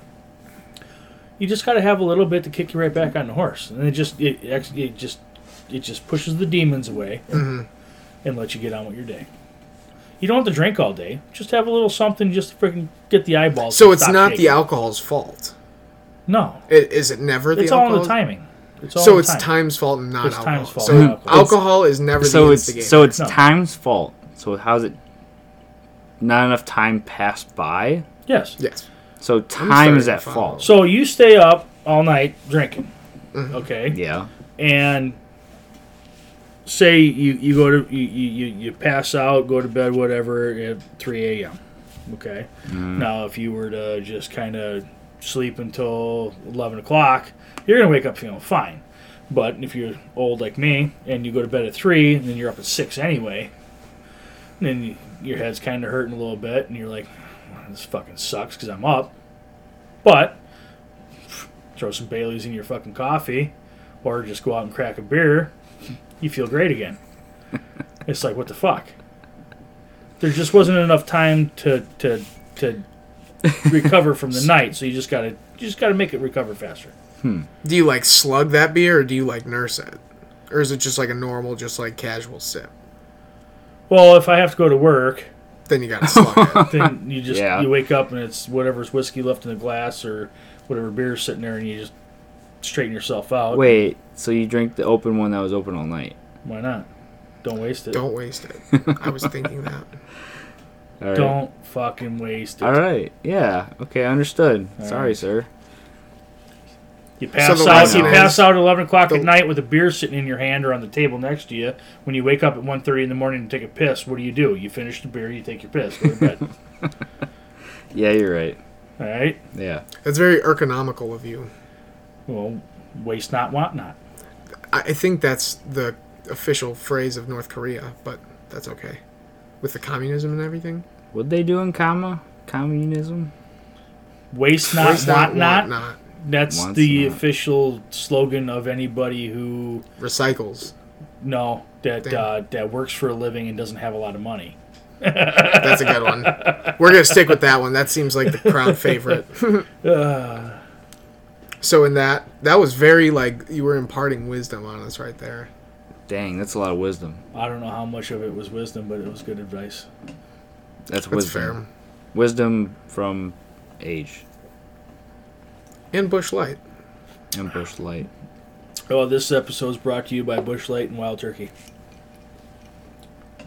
C: You just got to have a little bit to kick you right back on the horse, and it just it ex- it just it just pushes the demons away and,
B: Mm-hmm.
C: and lets you get on with your day. You don't have to drink all day. Just have a little something just to freaking get the eyeballs.
B: So
C: to
B: it's
C: stop
B: not the
C: shaking.
B: alcohol's fault.
C: No,
B: I- Is it never the
C: it's all
B: alcohol?
C: in the timing. It's all
B: So
C: in
B: it's
C: time.
B: time's fault and not
C: It's
B: alcohol.
C: time's fault,
B: so
C: not alcohol.
B: alcohol is never
A: so
B: the
A: it's
B: instigator.
A: so it's
C: No.
A: time's fault. So how's it? Not enough time passed by.
C: Yes.
B: yes.
A: So time is
B: starting
A: at
B: to follow.
A: fault.
C: So you stay up all night drinking.
B: Mm-hmm.
C: Okay.
A: Yeah.
C: and say you, you go to you, you, you- you pass out go to bed whatever at 3 a.m okay now if you were to just kind of sleep until 11 o'clock you're gonna wake up feeling fine but if you're old like me and you go to bed at 3 and then you're up at 6 anyway then you, your head's kind of hurting a little bit and you're like this fucking sucks because i'm up but throw some baileys in your fucking coffee or just go out and crack a beer, you feel great again. it's like what the fuck? There just wasn't enough time to to to recover from the night, so you just gotta you just gotta make it recover faster.
B: Do you like slug that beer or do you like nurse it? Or is it just like a normal, just like casual sip?
C: Well, if I have to go to work,
B: Then you gotta slug it.
C: then you just
A: Yeah.
C: you wake up and it's whatever's whiskey left in the glass or whatever beer's sitting there, and you just straighten yourself out.
A: Wait. So you drink the open one that was open all night.
C: Why not? Don't waste it.
B: Don't waste it. I was thinking that.
A: All right.
C: Don't fucking waste it.
A: All right. Yeah. Okay. Understood.
C: All
A: Sorry,
C: right.
A: sir.
C: You pass
B: the
C: out.
A: lesson
C: You
A: is-
C: pass out at eleven o'clock
B: the-
C: at night with a beer sitting in your hand or on the table next to you. When you wake up at 1.30 in the morning to take a piss, what do you do? You finish the beer, you take your piss, go to bed.
A: Yeah, you're right.
C: All right.
A: Yeah.
B: That's very ergonomical of you.
C: Well, waste not, want not.
B: I, I think that's the official phrase of North Korea, but that's okay. With the communism and everything.
A: What they do in comma communism?
C: Waste not,
B: Waste
C: want not.
B: want not.
C: That's
A: Wants
C: the
A: not.
C: official slogan of anybody who
B: Recycles.
C: no that
B: Damn.
C: uh, that works for a living and doesn't have a lot of money.
B: That's a good one. We're gonna stick with that one. That seems like the crowd favorite. so in that, that was very like you were imparting wisdom on us right there.
A: Dang, that's a lot of wisdom.
C: I don't know how much of it was wisdom, but it was good advice.
A: That's
B: That's
A: wisdom. Wisdom from age
B: and bush light.
A: and bush light.
C: Oh, this episode is brought to you by Bushlight and Wild Turkey.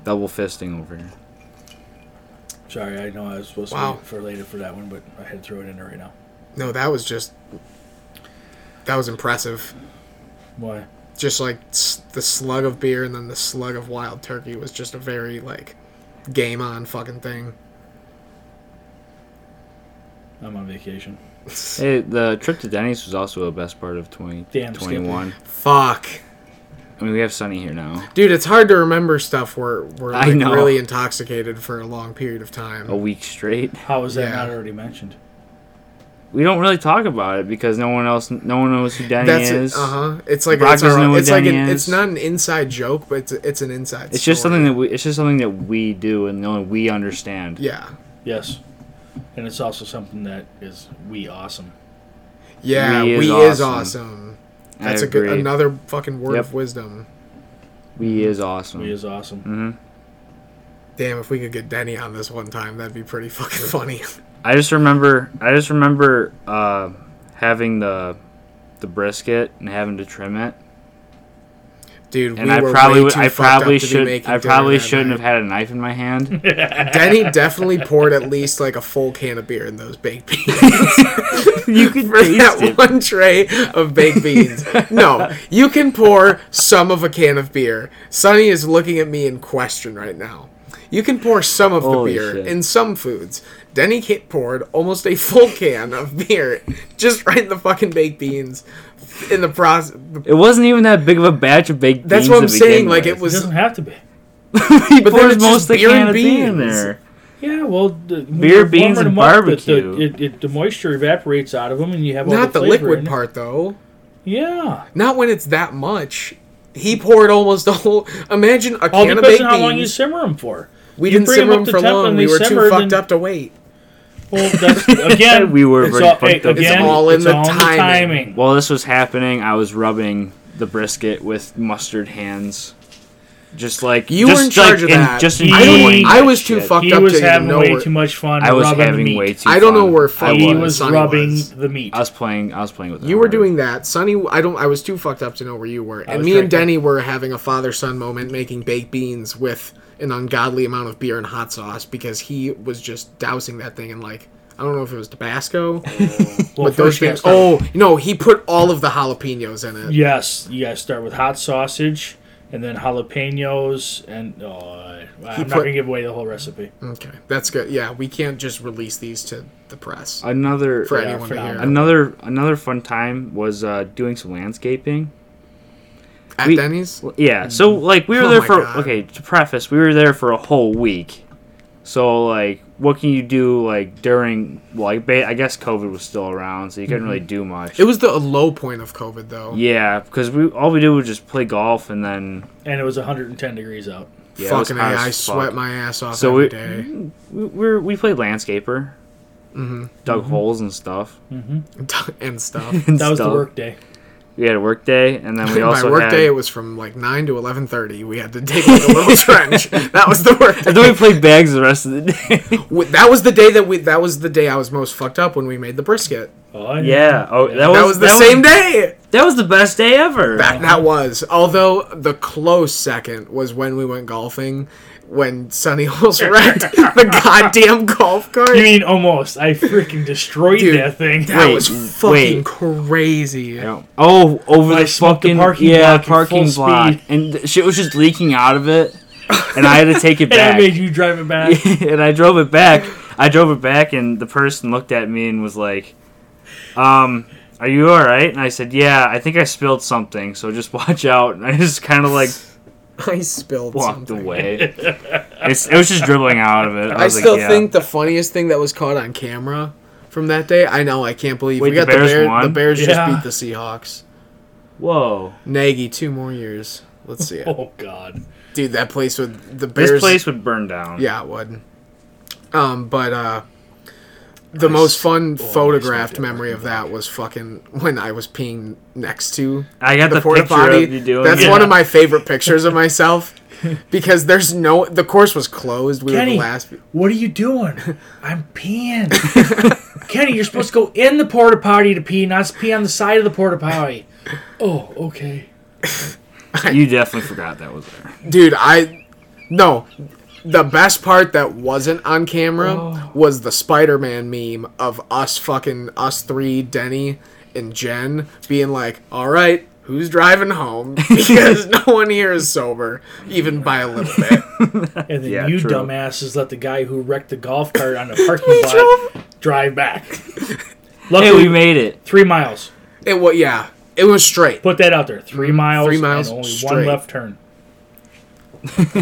A: Double fisting over here.
C: Sorry, I know I was supposed
B: Wow.
C: to wait for later for that one, but I had to throw it in there right now.
B: No, that was just that was impressive.
C: Why?
B: Just like s- the slug of beer and then the slug of wild turkey was just a very like game on fucking thing.
C: I'm on vacation.
A: Hey, the trip to Denny's was also a best part of 2021.
C: Damn, Skip.
A: 21.
B: Fuck.
A: I mean, we have Sunny here now.
B: Dude, it's hard to remember stuff where we're
A: I
B: like,
A: know.
B: really intoxicated for a long period of time.
A: A week straight.
C: How is that
B: Yeah.
C: not already mentioned?
A: We don't really talk about it because no one else, no one knows who Denny
B: That's it.
A: is.
B: Uh huh. It's like
A: Brock
B: it's, our
A: doesn't know
B: own,
A: what
B: it's like an,
A: Denny
B: it's
A: is.
B: not an inside joke, but it's it's an inside.
A: It's just
B: story.
A: something that we, it's just something that we do and only we understand.
B: Yeah.
C: Yes. And it's also something that is we awesome.
B: Yeah.
A: We
B: We,
A: is
B: is
A: awesome.
B: awesome.
A: I
B: That's a good
A: agree.
B: another fucking word
A: Yep.
B: of wisdom.
A: We is awesome.
C: We is awesome.
A: hmm
B: Damn, if we could get Denny on this one time, that'd be pretty fucking funny.
A: I just remember, I just remember uh, having the the brisket and having to trim it,
B: Dude,
A: and
B: we
A: I
B: were
A: probably,
B: way
A: would-
B: too
A: I
B: fucked
A: probably
B: up to be
A: should,
B: making
A: I
B: dinner
A: probably
B: that
A: shouldn't have
B: night.
A: had a knife in my hand.
B: Denny definitely poured at least like a full can of beer in those baked beans.
A: you could
B: For
A: taste
B: that
A: it.
B: one tray of baked beans. No, you can pour some of a can of beer. Sonny is looking at me in question right now. You can pour some of
A: Holy
B: the beer
A: shit.
B: in some foods. Denny ca- poured almost a full can of beer just right in the fucking baked beans. In the process,
A: It wasn't even that big of a batch of baked
B: that's
A: beans.
B: what
A: to
B: I'm
A: begin
B: saying. Like
A: with.
B: it
C: It
B: was
C: doesn't have to be.
A: he
B: But then
A: pours
B: it's
A: most
B: just
A: of the
B: beer
A: can
B: and
A: of beer in
B: beans.
A: there.
C: Yeah, well, the, when
A: Beer,
C: you're
A: beans,
C: warming
A: and
C: them up, the-
A: barbecue.
C: The, it, it, the moisture evaporates out of them, and you have all
B: not the,
C: the, flavor
B: liquid
C: in it.
B: part though.
C: Yeah,
B: Not when it's that much. He poured almost the whole. Imagine a
C: all
B: can of
C: depends
B: baked
C: on how long you
B: beans.
C: simmer them for.
B: we
C: you
B: didn't
C: bring 'em
B: simmer them
C: up to
B: for
C: temp
B: long.
C: and
B: We
C: they
B: were too
C: simmered
B: fucked
C: and-
B: up to wait.
C: Well, that's again
A: We were
C: it's
A: very
C: all,
A: fucked
C: hey,
A: up. It's
C: again,
B: all in the
C: all
B: timing.
C: timing.
A: While this was happening, I was rubbing the brisket with mustard hands, just like
B: You
A: just
B: were in charge
A: like
B: of
A: in-
B: that.
A: Just
C: I don't-
A: enjoying
B: I
A: that
B: was too
A: shit.
B: fucked
C: He
B: up
C: was
B: to even
C: having
B: know
C: way
B: where-
C: too much fun.
A: I was
C: rubbing
A: having
C: the meat.
A: way too.
B: I don't know
A: fun.
B: where
A: I
B: fuck
C: He
A: was.
B: was. Sonny
C: rubbing
B: was.
C: the meat.
A: I was playing. I was playing with.
B: You were doing that, Sonny. I don't. I was too fucked up to know where you were. And
C: was
B: me and
C: drinking.
B: Denny were having a father-son moment, making baked beans with an ungodly amount of beer and hot sauce because he was just dousing that thing in like I don't know if it was Tabasco,
C: well,
B: but those
C: first you
B: things.
C: gotta start-
B: Oh no, he put all of the jalapenos in it.
C: yes, you got to start with hot sausage, and then jalapenos, and oh, I- I'm not
B: put-
C: gonna give away the whole recipe.
B: Okay, that's good. Yeah, we can't just release these to the press.
A: another
B: for
C: Yeah,
B: anyone to hear.
C: phenomenal.
A: another another fun time was uh, doing some landscaping.
B: At
A: we-
B: Denny's,
A: Yeah. So like we were
B: Oh
A: there
B: my
A: for
B: God.
A: okay, to preface, we were there for a whole week. So like what can you do like during well, like ba- I guess COVID was still around, so you couldn't
B: Mm-hmm.
A: really do much.
B: it was the low point of COVID, though.
A: yeah, because we all we did was just play golf and then
C: And it was 110 degrees out.
A: yeah, it was
B: Fucking,
A: hot
B: A,
A: as
B: I
A: fuck.
B: sweat my ass off
A: So
B: every
A: it-
B: day.
A: we we're, we played landscaper,
B: Mm-hmm.
A: dug holes and stuff.
B: and stuff.
A: and
C: That was the
A: stuff.
C: work day.
A: We had a work day, and then we
B: By
A: also
B: work
A: had.
B: day, it was from like nine to eleven thirty. We had to dig like a little trench. That was the work.
A: and
B: Day.
A: then we played bags the rest of the day.
B: We- That was the day that we. That was the day I was most fucked up when we made the brisket.
C: Oh, I know.
A: yeah. Oh, that was,
B: That was Uh-huh. the same day.
A: That was the best day ever.
B: That, that was. Although the close second was when we went golfing, when Sonny almost wrecked the goddamn golf cart.
C: You mean almost? I freaking destroyed
B: Dude,
C: that thing.
B: that
A: Wait,
B: was fucking
A: wait.
B: crazy.
A: Yeah. Oh, over
C: I
A: the
C: smoked the
A: fucking
C: parking
A: yeah
C: block at
A: parking
C: full
A: block,
C: speed.
A: and th- shit was just leaking out of it, and I had to take it
C: And I
A: back.
C: made you drive it back.
A: and I drove it back. I drove it back, and the person looked at me and was like, "Um, are you all right?" And I said, "Yeah, I think I spilled something, so just watch out." And I just kind of like
B: I spilled.
A: walked
B: something.
A: away. It's, it was just dribbling out of it. I,
B: I
A: was
B: still
A: like, yeah.
B: think the funniest thing that was caught on camera from that day. I know I can't believe
A: Wait,
B: we
A: the
B: got the
A: Bears
B: Bears. The Bears,
A: won?
B: just
C: Yeah.
B: beat the Seahawks.
A: Whoa,
B: Nagy, two more years. Let's see it,
C: Oh God!
B: dude. That place would the Bears.
A: this place would burn down.
B: yeah, it would. Um, but uh, the
C: I
B: most
C: s-
A: Oh,
B: fun
C: always
B: photographed
C: forget
B: memory of that was fucking when I was peeing next to
A: I got the,
B: porta
A: picture
B: potty.
A: of you doing
B: That's
A: it.
B: one of my favorite pictures of myself because there's no the course was closed. We were
C: Kenny,
B: the last.
C: what are you doing? I'm peeing. Kenny, you're supposed to go in the porta potty to pee, not pee on the side of the porta potty. Oh, okay.
A: You definitely forgot that was there.
B: Dude, I no. The best part that wasn't on camera was the Spider-Man meme of us fucking us three, Denny and Jen, being like, "All right, who's driving home?" Because no one here is sober, even by a little bit.
C: And then
A: Yeah,
C: you
A: true.
C: dumbasses let the guy who wrecked the golf cart on the parking lot drive back. Luckily,
A: Hey, we made it.
C: three miles.
B: It was yeah, it was straight.
C: Put that out there. Three miles.
B: Mm, Three miles
C: And only one
B: straight.
C: left turn.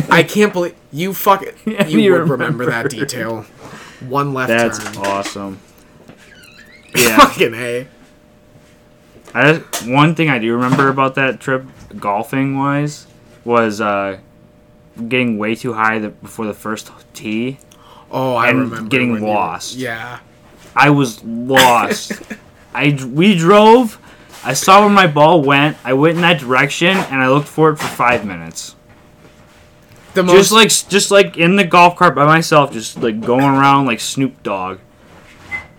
B: I can't believe you fuck you,
A: you
B: would remember that
A: remembered.
B: detail. One left
A: That's
B: turn.
A: awesome. Yeah.
B: Fucking a.
A: I just, one thing I do remember about that trip, golfing wise, was uh, getting way too high the, before the first tee.
B: Oh, I
A: And
B: remember
A: getting
B: when you-
A: lost.
B: yeah.
A: I was lost. I dr- we drove. I saw where my ball went. I went in that direction and I looked for it for five minutes.
B: The most
A: Just like just like in the golf cart by myself, just like going around like Snoop Dogg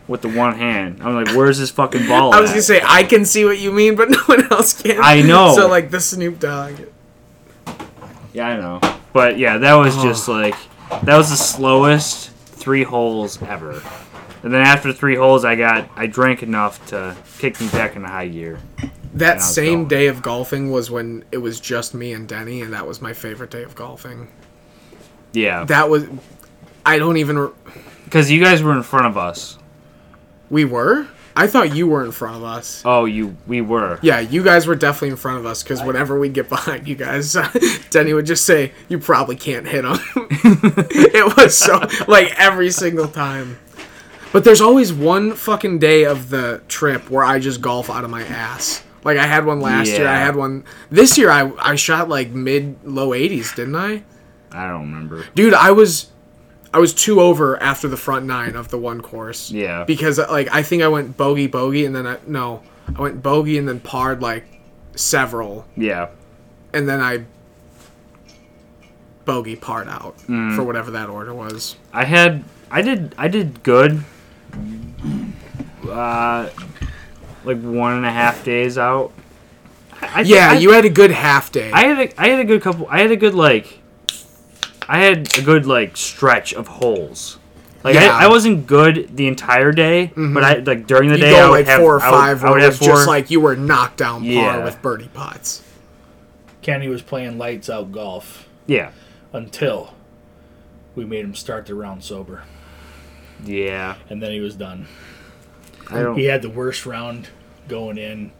A: with the one hand. I'm like, where's this fucking ball?
B: I was
A: at?
B: gonna say I can see what you mean, but no one else can.
A: I know.
B: So like the Snoop Dogg.
A: Yeah, I know. But yeah, that was just like that was the slowest three holes ever. And then after three holes, I got I drank enough to kick me back into high gear.
B: That
A: was
B: same
A: going.
B: day of golfing was when it was just me and Denny, and that was my favorite day of golfing.
A: Yeah,
B: That was. I don't even. re-
A: because you guys were in front of us.
B: We were. I thought you were in front of us.
A: Oh, you we were.
B: Yeah, you guys were definitely in front of us because whenever we'd get behind you guys, Denny would just say, "You probably can't hit him." it was so like every single time. But there's always one fucking day of the trip where I just golf out of my ass. Like I had one last year. I
A: Yeah.
B: had one this year. I I shot like mid low 80s, didn't I?
A: I don't remember.
B: Dude, I was I was two over after the front nine of the one course
A: Yeah,
B: because like I think I went bogey bogey and then I no I went bogey and then parred like several
A: yeah.
B: and then I bogey parred out for whatever that order was.
A: I had I did I did good. Uh, like one and a half days out. I, I-
B: Yeah,
A: I-
B: you had a good half day.
A: I had a, I had a good couple. I had a good like. I had a good like stretch of holes. Like
B: Yeah. Mm-hmm.
A: I, I wasn't good the entire day, but I like during the
B: you
A: day I
B: go
A: would
B: like
A: have
B: four or
A: I would-
B: five
A: I would, have
B: orders,
A: four.
B: just like you were knocked down par
A: Yeah.
B: with birdie pots.
C: Kenny was playing lights out golf
A: yeah,
C: until we made him start the round sober,
A: yeah.
C: and then he was done.
A: I don't.
C: He had the worst round going in.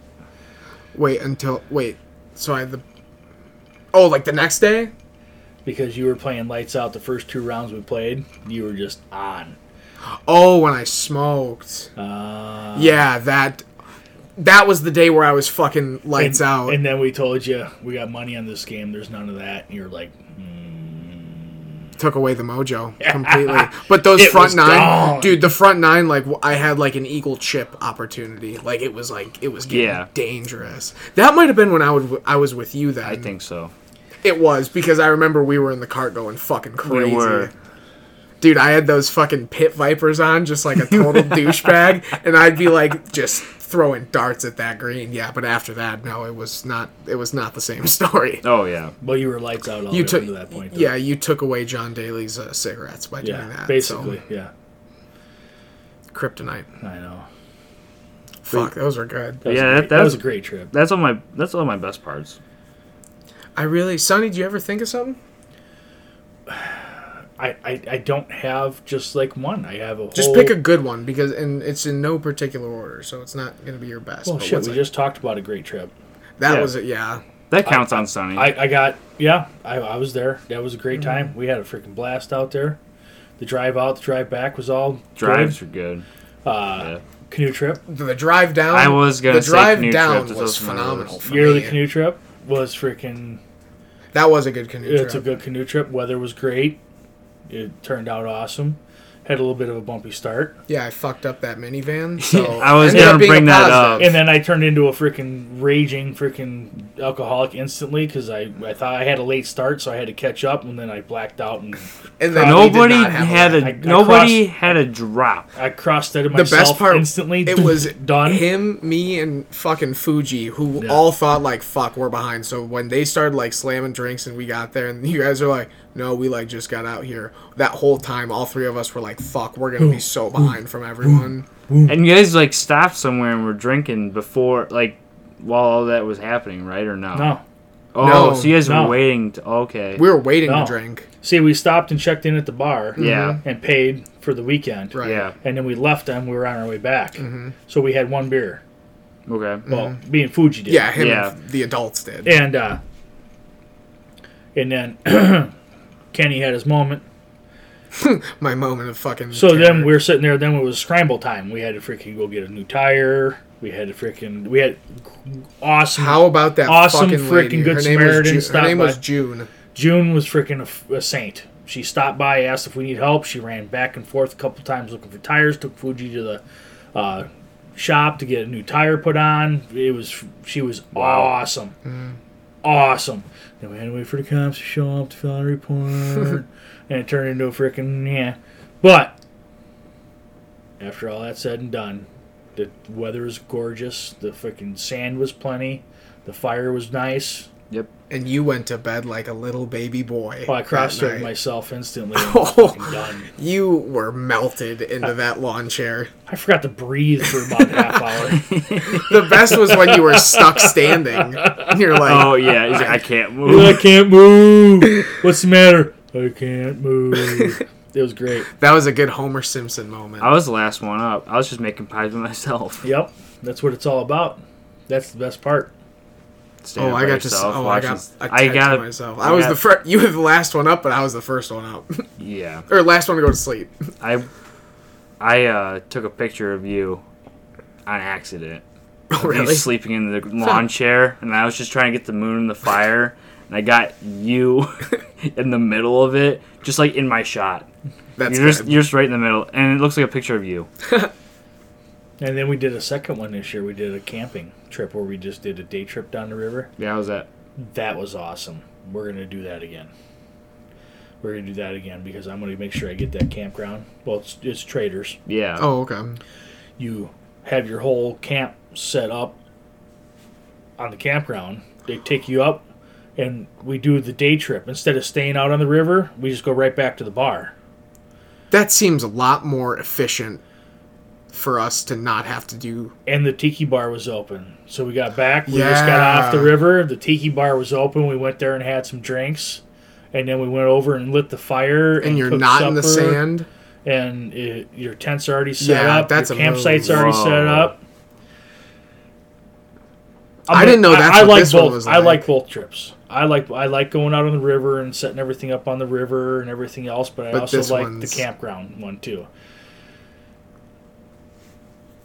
B: Wait until wait. So I had the oh like the next day.
C: because you were playing lights out the first two rounds we played you were just on
B: Oh, when I smoked.
C: uh,
B: yeah, that that was the day where I was fucking lights
C: and,
B: out.
C: and then we told you we got money on this game there's none of that and you're like
B: took away the mojo completely. But those
C: It
B: front
C: was
B: nine,
C: gone.
B: dude, the front nine, like w- I had like an eagle chip opportunity. Like it was like it was getting
A: Yeah.
B: dangerous. That might have been when I would I was with you then.
A: I think so.
B: it was because I remember we were in the cart going fucking crazy.
A: were.
B: Dude, I had those fucking pit vipers on, just like a total douchebag, and I'd be like just throwing darts at that green. Yeah, but after that, no, it was not. It was not the same story.
A: Oh yeah.
C: well you were lights out all
B: You
C: the
B: took
C: way to that point though.
B: yeah, you took away John Daly's uh, cigarettes by
C: yeah
B: doing that. so-
C: basically yeah
B: kryptonite.
C: i know
B: Fuck, those were good.
C: was
A: Yeah, that-
C: a great-
A: that
C: that
A: was-
C: was a great trip
A: That's all my. That's all my best parts.
B: I really, Sonny, do you ever think of something?
C: I, I i don't have just like one i have a
B: Just
C: whole, Oh,
B: pick a good one because, and it's in no particular order, so it's not gonna be your best.
C: well
B: but
C: shit
B: what's
C: we
B: it-
C: just talked about a great trip
B: that
A: yeah.
B: was it. Yeah,
A: That counts on Sunny.
C: i i got yeah i, I was there that was a great
B: Mm-hmm.
C: time we had a freaking blast out there the drive out the drive back was all
A: Drives are good.
C: good. uh
A: Yeah.
C: canoe trip
B: the drive down.
A: I was gonna
B: the
A: say
B: drive
A: canoe
B: down
A: trip, that
B: was
A: was one of those.
B: phenomenal. For
C: yearly
B: me.
C: canoe trip was freaking
B: That was a good canoe
C: it's a
B: trip.
C: good canoe trip. Weather was great. It turned out awesome. had a little bit of a bumpy start,
B: Yeah, I fucked up that minivan. So
A: I was
B: ended up
A: gonna
B: being a
A: bring that
B: positive.
C: and then I turned into a freaking raging freaking alcoholic instantly because I I thought I had a late start, so I had to catch up, and then I blacked out and
B: And then we did
A: nobody
B: not have
A: had
B: that.
A: a
C: I- I
A: nobody had a drop.
C: I crossed it
B: The
C: myself
B: best part
C: instantly.
B: It was
C: done.
B: Him, me, and fucking Fuji, who all thought like, "Fuck, we're behind." So when they started like slamming drinks and we got there, and you guys are like, "No, we like just got out here." That whole time, all three of us were like, "Fuck, we're gonna be so behind from everyone."
A: And you guys like stopped somewhere and were drinking before like while all that was happening, right or no?
C: No,
A: Oh,
B: No.
A: so you guys
C: No.
A: were waiting. To, okay.
B: We were waiting
C: No.
B: to drink.
C: see, we stopped and checked in at the bar.
A: yeah.
C: and paid for the weekend.
B: Mm-hmm. Right. Mm-hmm.
A: Yeah.
C: And then we left them. We were on our way back. So we had one beer.
A: Okay.
C: Well, me and Fuji did.
B: Yeah, him
A: Yeah.
B: and the adults did.
C: And uh, and then Kenny had his moment.
B: My moment of fucking.
C: So then
B: terror.
C: we were sitting there. Then it was scramble time. We had to freaking go get a new tire. We had to freaking we had awesome.
B: How about that
C: Awesome
B: fucking
C: freaking
B: lady?
C: good
B: her name
C: Samaritan
B: was Ju-
C: stopped
B: her name
C: by.
B: was June.
C: June was freaking a f- a, saint. She stopped by, asked if we need help. She ran back and forth a couple times looking for tires. Took Fuji to the uh, shop to get a new tire put on. It was she was awesome, awesome. Then we had to wait for the cops to show up to fill out a report, and it turned into a freaking yeah. But after all that said and done, the weather was gorgeous. The freaking sand was plenty. The fire was nice.
A: Yep.
B: And you went to bed like a little baby boy.
C: Well, Oh, I cross
B: that night. Oh,
C: checked myself instantly. And was fucking done.
B: You were melted into that lawn chair.
C: I forgot to breathe for about a half hour.
B: The best was when you were stuck standing. You're like,
A: Oh yeah. He's like, I can't
C: I
A: move.
C: can't move. What's the matter? I can't move. It was great.
B: that was a good Homer Simpson moment.
A: I was the last one up. I was just making pies by myself.
C: Yep, that's what it's all about. That's the best part.
A: Standing
B: Oh, I
A: by
B: got to.
A: yourself,
B: Oh, I
A: watching-
B: got. I,
A: I got.
B: got myself. I was
A: got-
B: the first. You were the last one up, but I was the first one up,
A: Yeah.
B: or last one to go to sleep.
A: I. I uh, took a picture of you, on accident.
B: Oh,
A: You
B: really?
A: sleeping in the lawn chair, and I was just trying to get the moon and the fire, and I got you in the middle of it, just like in my shot.
B: That's
A: you're just
B: good.
A: you're just right in the middle, and it looks like a picture of you.
C: And then we did a second one this year. We did a camping trip where we just did a day trip down the river.
A: Yeah, how's that?
C: That was awesome. We're gonna do that again. We're gonna do that again because I'm gonna make sure I get that campground. Well, it's, it's traders.
A: Yeah.
B: Oh, okay.
C: you have your whole camp set up on the campground. They take you up, and we do the day trip. Instead of staying out on the river, we just go right back to the bar.
B: That seems a lot more efficient for us to not have to do.
C: And the tiki bar was open. So we got back. We just got off the
B: Yeah.
C: river. The tiki bar was open. We went there and had some drinks. And then we went over and lit the fire.
B: And you're
C: cooked
B: not in the
C: supper.
B: sand.
C: and it, your tents are already set
B: Yeah,
C: up.
B: that's
C: your
B: a move.
C: campsite's already
A: Whoa.
C: set up. I'm
B: I
C: gonna-
B: didn't know that's
C: I, I
B: what
C: like
B: this
C: both.
B: one was
C: I
B: like.
C: like both trips. I like I like going out on the river and setting everything up on the river and everything else. But I
B: But
C: also
B: this
C: like
B: one's-
C: the campground one too.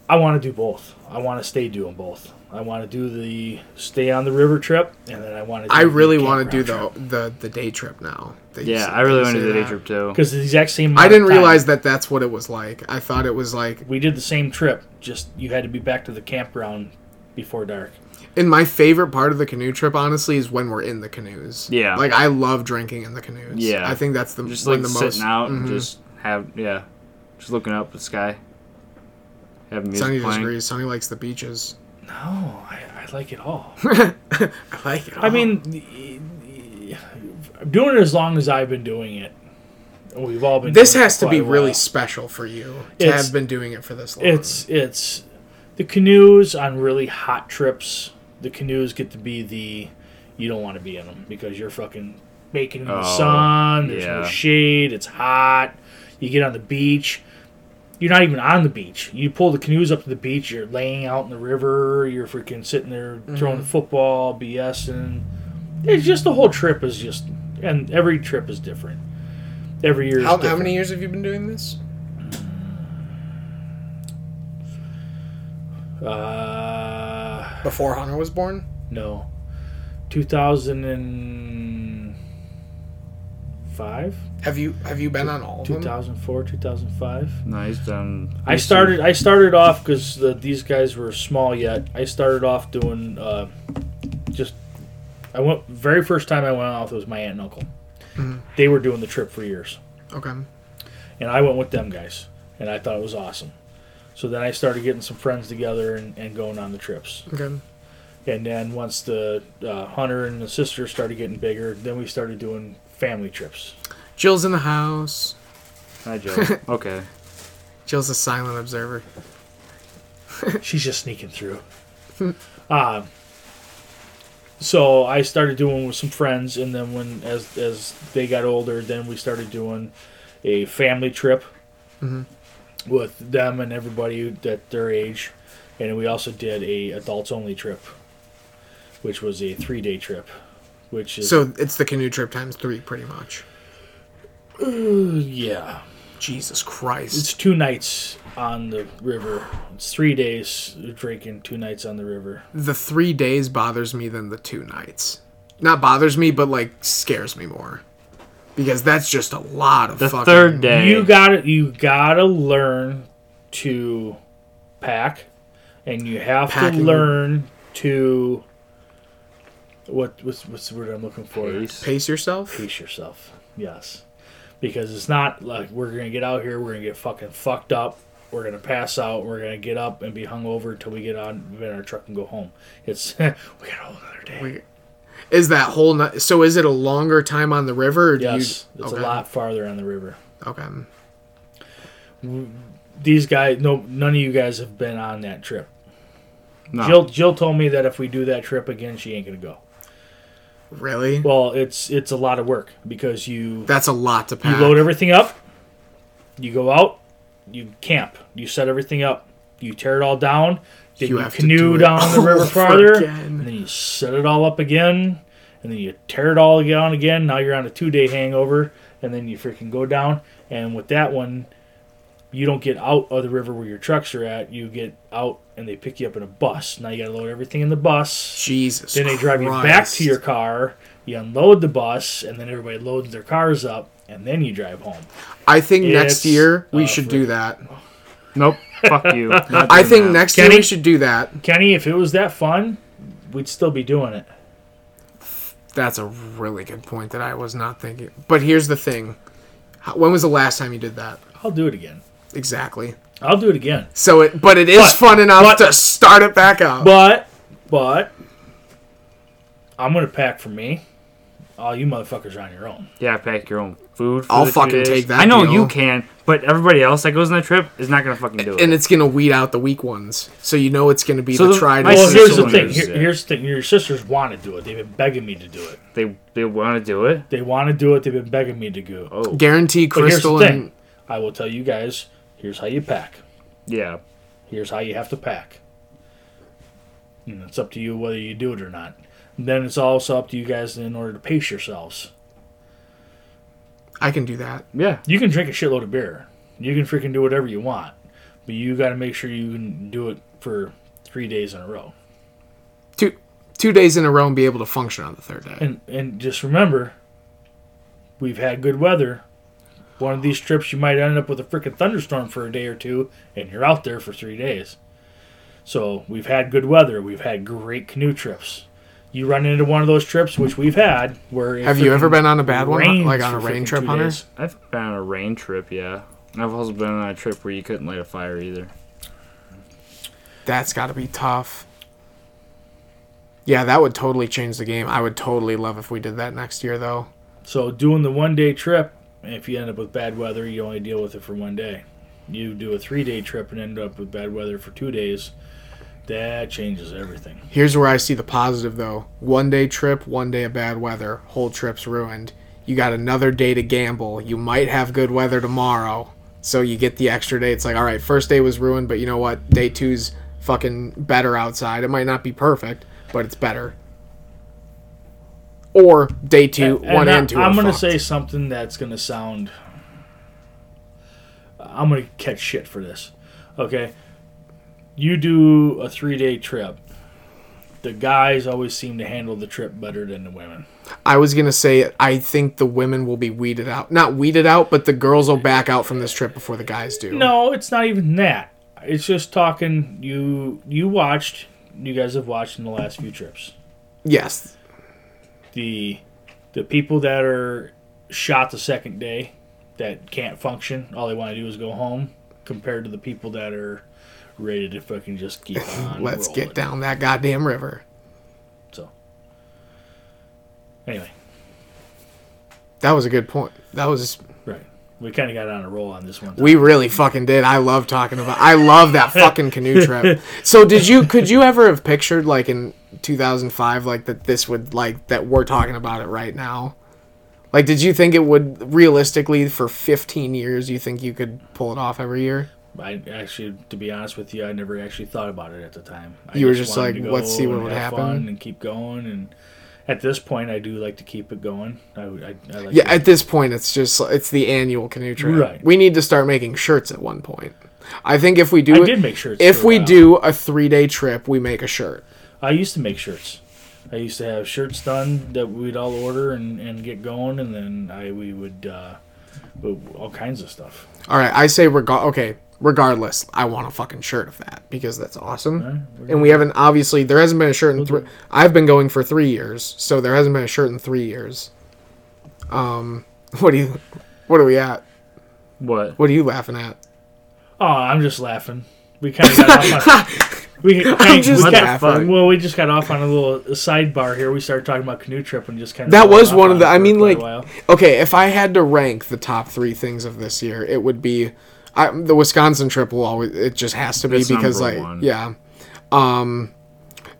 C: I want to do both. I want to stay doing both. I want to do the stay on the river trip, and then I want to.
B: I really want to do the, the the day trip now. that you
A: Yeah,
B: said-
A: I really
B: you
A: want to do
B: say
A: the day
B: that.
A: trip too.
C: because the exact same. amount
B: I
C: of
B: didn't
C: time.
B: realize that that's what it was like. I thought it was like
C: we did the same trip. Just you had to be back to the campground before dark.
B: And my favorite part of the canoe trip, honestly, is when we're in the canoes.
A: Yeah.
B: Like I love drinking in the canoes.
A: Yeah.
B: I think that's the
A: Just like
B: when the
A: sitting
B: most. Mm-hmm.
A: out and just have yeah, just looking up at the sky, having music
B: Sunny
A: playing.
B: disagrees. Sunny likes the beaches.
C: No, I, I like it all.
B: I like it.
C: I mean, y- y- y- doing it as long as I've been doing it. We've all been.
B: this
C: doing it
B: has to
C: for
B: be
C: quite a
B: really
C: while.
B: special for you to
C: It's-
B: have been doing it for this long.
C: It's it's the canoes on really hot trips. The canoes get to be the you don't want to be in them because you're fucking baking in the
A: Oh,
C: sun. There's no
A: yeah.
C: shade. It's hot. You get on the beach. You're not even on the beach. You pull the canoes up to the beach. You're laying out in the river. You're freaking sitting there throwing
B: Mm-hmm.
C: the football, BSing. It's just the whole trip is just, and every trip is different. Every year is
B: how, how
C: different.
B: many years have you been doing this?
C: Uh,
B: Before Hunter was born.
C: No. 2005. five,
B: Have you have you been on all of
C: two
B: them?
C: thousand four, two thousand five.
A: Nice done.
C: I started. I started off because the, these guys were small yet. I started off doing uh, just. I went very first time I went off was my aunt and uncle. They were doing the trip for years,
B: Okay.
C: and I went with them guys, and I thought it was awesome. So then I started getting some friends together and, and going on the trips.
B: Okay.
C: And then once the uh, hunter and the sister started getting bigger, then we started doing family trips.
B: Jill's in the house.
A: Hi, Joe. Okay.
B: Jill's a silent observer.
C: She's just sneaking through. um, so I started doing with some friends, and then when as as they got older, then we started doing a family trip with them and everybody that their age, and we also did a adults only trip, which was a three day trip, which is
B: So it's the canoe trip times three, pretty much.
C: yeah.
B: Jesus Christ.
C: It's two nights on the river. It's three days drinking, two nights on the river.
B: the three days bothers me than the two nights. Not bothers me, but like scares me more. Because that's just a lot of
A: The
B: fucking.
A: third day.
C: You gotta you gotta learn to pack, and you have to
B: Packing.
C: learn to what what's, what's the word I'm looking for?
A: Pace.
B: Pace yourself.
C: Pace yourself. Yes, because it's not like we're gonna get out here. We're gonna get fucking fucked up. We're gonna pass out. We're gonna get up and be hungover until we get on in our truck and go home. It's we got a whole another day.
B: Wait, Is that whole night? So is it a longer time on the river? Or do
C: yes,
B: you,
C: it's
B: okay.
C: a lot farther on the river.
B: Okay.
C: These guys, no, none of you guys have been on that trip.
A: No.
C: Jill Jill told me that if we do that trip again, she ain't gonna go.
B: Really?
C: Well, it's it's a lot of work because you
B: that's a lot to
C: you
B: pack.
C: load everything up, you go out, you camp, you set everything up, you tear it all down, then
B: You
C: you,
B: have to do
C: canoe
B: it Oh,
C: down the river
B: over
C: farther,
B: again.
C: and then you set it all up again, and then you tear it all down again. Now you're on a two day hangover, and then you freaking go down. And with that one, you don't get out of the river where your trucks are at. You get out, and they pick you up in a bus. Now you got to load everything in the bus.
B: Jesus.
C: Then they drive you back to your car. You unload the bus, and then everybody loads their cars up, and then you drive home.
B: I think next
C: It's
B: year we
C: a
B: should
C: freak.
B: do that.
A: Nope. Fuck you. Not
B: I
A: doing
B: think
A: that.
B: next
C: Kenny?
B: year we should do that.
C: Kenny, if it was that fun, we'd still be doing it.
B: That's a really good point that I was not thinking. But here's the thing. How- When was the last time you did that?
C: I'll do it again.
B: Exactly.
C: I'll do it again.
B: So it, but it is
C: But-
B: fun enough
C: but-
B: to start it back up.
C: But, but, I'm gonna pack for me. All you motherfuckers are on your own.
A: Yeah, pack your own food. For
B: I'll
A: the two
B: fucking
A: days.
B: take that
A: I know
B: deal.
A: you can, but everybody else that goes on that trip is not gonna fucking do it.
B: and it's gonna weed out the weak ones, so you know it's gonna be
A: So
B: the
A: the-
B: tried.
A: my
B: and
C: Well,
A: sister
C: here's
B: true
C: the
A: wants
B: ones.
C: thing.
A: to do
C: Here,
A: it.
C: here's the thing. Your sisters want to do it. They've been begging me to do it.
A: they they want to do it.
C: They want to do it. They've been begging me to go.
A: Oh
B: Guarantee
C: But here's the
B: Crystal
C: thing.
B: and
C: I will tell you guys. Here's how you pack.
A: yeah.
C: Here's how you have to pack. And it's up to you whether you do it or not. And then it's also up to you guys in order to pace yourselves.
B: I can do that.
A: Yeah.
C: You can drink a shitload of beer. You can freaking do whatever you want. But you got to make sure you can do it for three days in a row.
B: Two two days in a row and be able to function on the third day.
C: And and just remember, we've had good weather. One of these trips, you might end up with a freaking thunderstorm for a day or two, and you're out there for three days. So we've had good weather. We've had great canoe trips. You run into one of those trips, which we've had, where it
B: Have you ever
C: freaking
B: been on a bad one,
C: rains
B: like on a
C: for
B: rain
C: freaking
B: trip,
C: two
B: Hunter?
C: days.
A: I've been on a rain trip. Yeah. I've also been on a trip where you couldn't light a fire either.
B: That's got to be tough. Yeah, that would totally change the game. I would totally love if we did that next year, though.
C: So doing the one day trip, if you end up with bad weather, you only deal with it for one day. You do a three day trip and end up with bad weather for two days. That changes everything.
B: Here's where I see the positive, though. One day trip, one day of bad weather, whole trip's ruined. You got another day to gamble. You might have good weather tomorrow, so you get the extra day. It's like, all right, first day was ruined, but you know what? Day two's fucking better outside. It might not be perfect, but it's better. Or day two, one
C: I,
B: and two.
C: I'm
B: are
C: gonna
B: fucked.
C: say something that's gonna sound. I'm gonna catch shit for this, okay? You do a three day trip. the guys always seem to handle the trip better than the women.
B: I was gonna say I think the women will be weeded out. Not weeded out, but the girls will back out from this trip before the guys do.
C: No, it's not even that. It's just talking. You you watched. You guys have watched in the last few trips.
B: Yes.
C: the the people that are shot the second day that can't function, all they want to do is go home, compared to the people that are ready to fucking just keep on.
B: Let's
C: rolling.
B: get down that goddamn river.
C: So anyway,
B: That was a good point. That was
C: right? We kind of got on a roll on this one.
B: we really fucking did. I love talking about. I love that fucking canoe trip. So did you? Could you ever have pictured like in 2005 like that this would like that we're talking about it right now? Like, did you think it would realistically for 15 years? You think you could pull it off every year?
C: I actually, to be honest with you, I never actually thought about it at the time. I
B: You were just
C: wanted
B: like,
C: to
B: let's
C: go
B: see what
C: and
B: would
C: have
B: happen.
C: fun and keep going. And at this point, I do like to keep it going. I, I, I like
B: Yeah, at this point, it's just it's the annual canoe trip.
C: Right.
B: We need to start making shirts at one point. I think if we do,
C: I
B: it-
C: did make shirts
B: If
C: for a
B: we
C: while.
B: do a three day trip, we make a shirt.
C: I used to make shirts. I used to have shirts done that we'd all order and, and get going, and then I we would uh, w- all kinds of stuff.
B: All right, I say rega- Okay, regardless, I want a fucking shirt of that because that's awesome. and we haven't obviously there hasn't been a shirt in three. I've been going for three years, so there hasn't been a shirt in three years. Um, what do you? What are we at?
A: What?
B: What are you laughing at?
C: Oh, I'm just laughing. We kind of got off on. We kind
B: I'm just
C: we got-
B: laughing.
C: Well, we just got off on a little sidebar here. We started talking about canoe trip and just kind of
B: That was one of the. I mean, like, okay, if I had to rank the top three things of this year, it would be I, the Wisconsin trip. Will always it just has to be
A: That's
B: because
A: number
B: like
A: one.
B: yeah, um,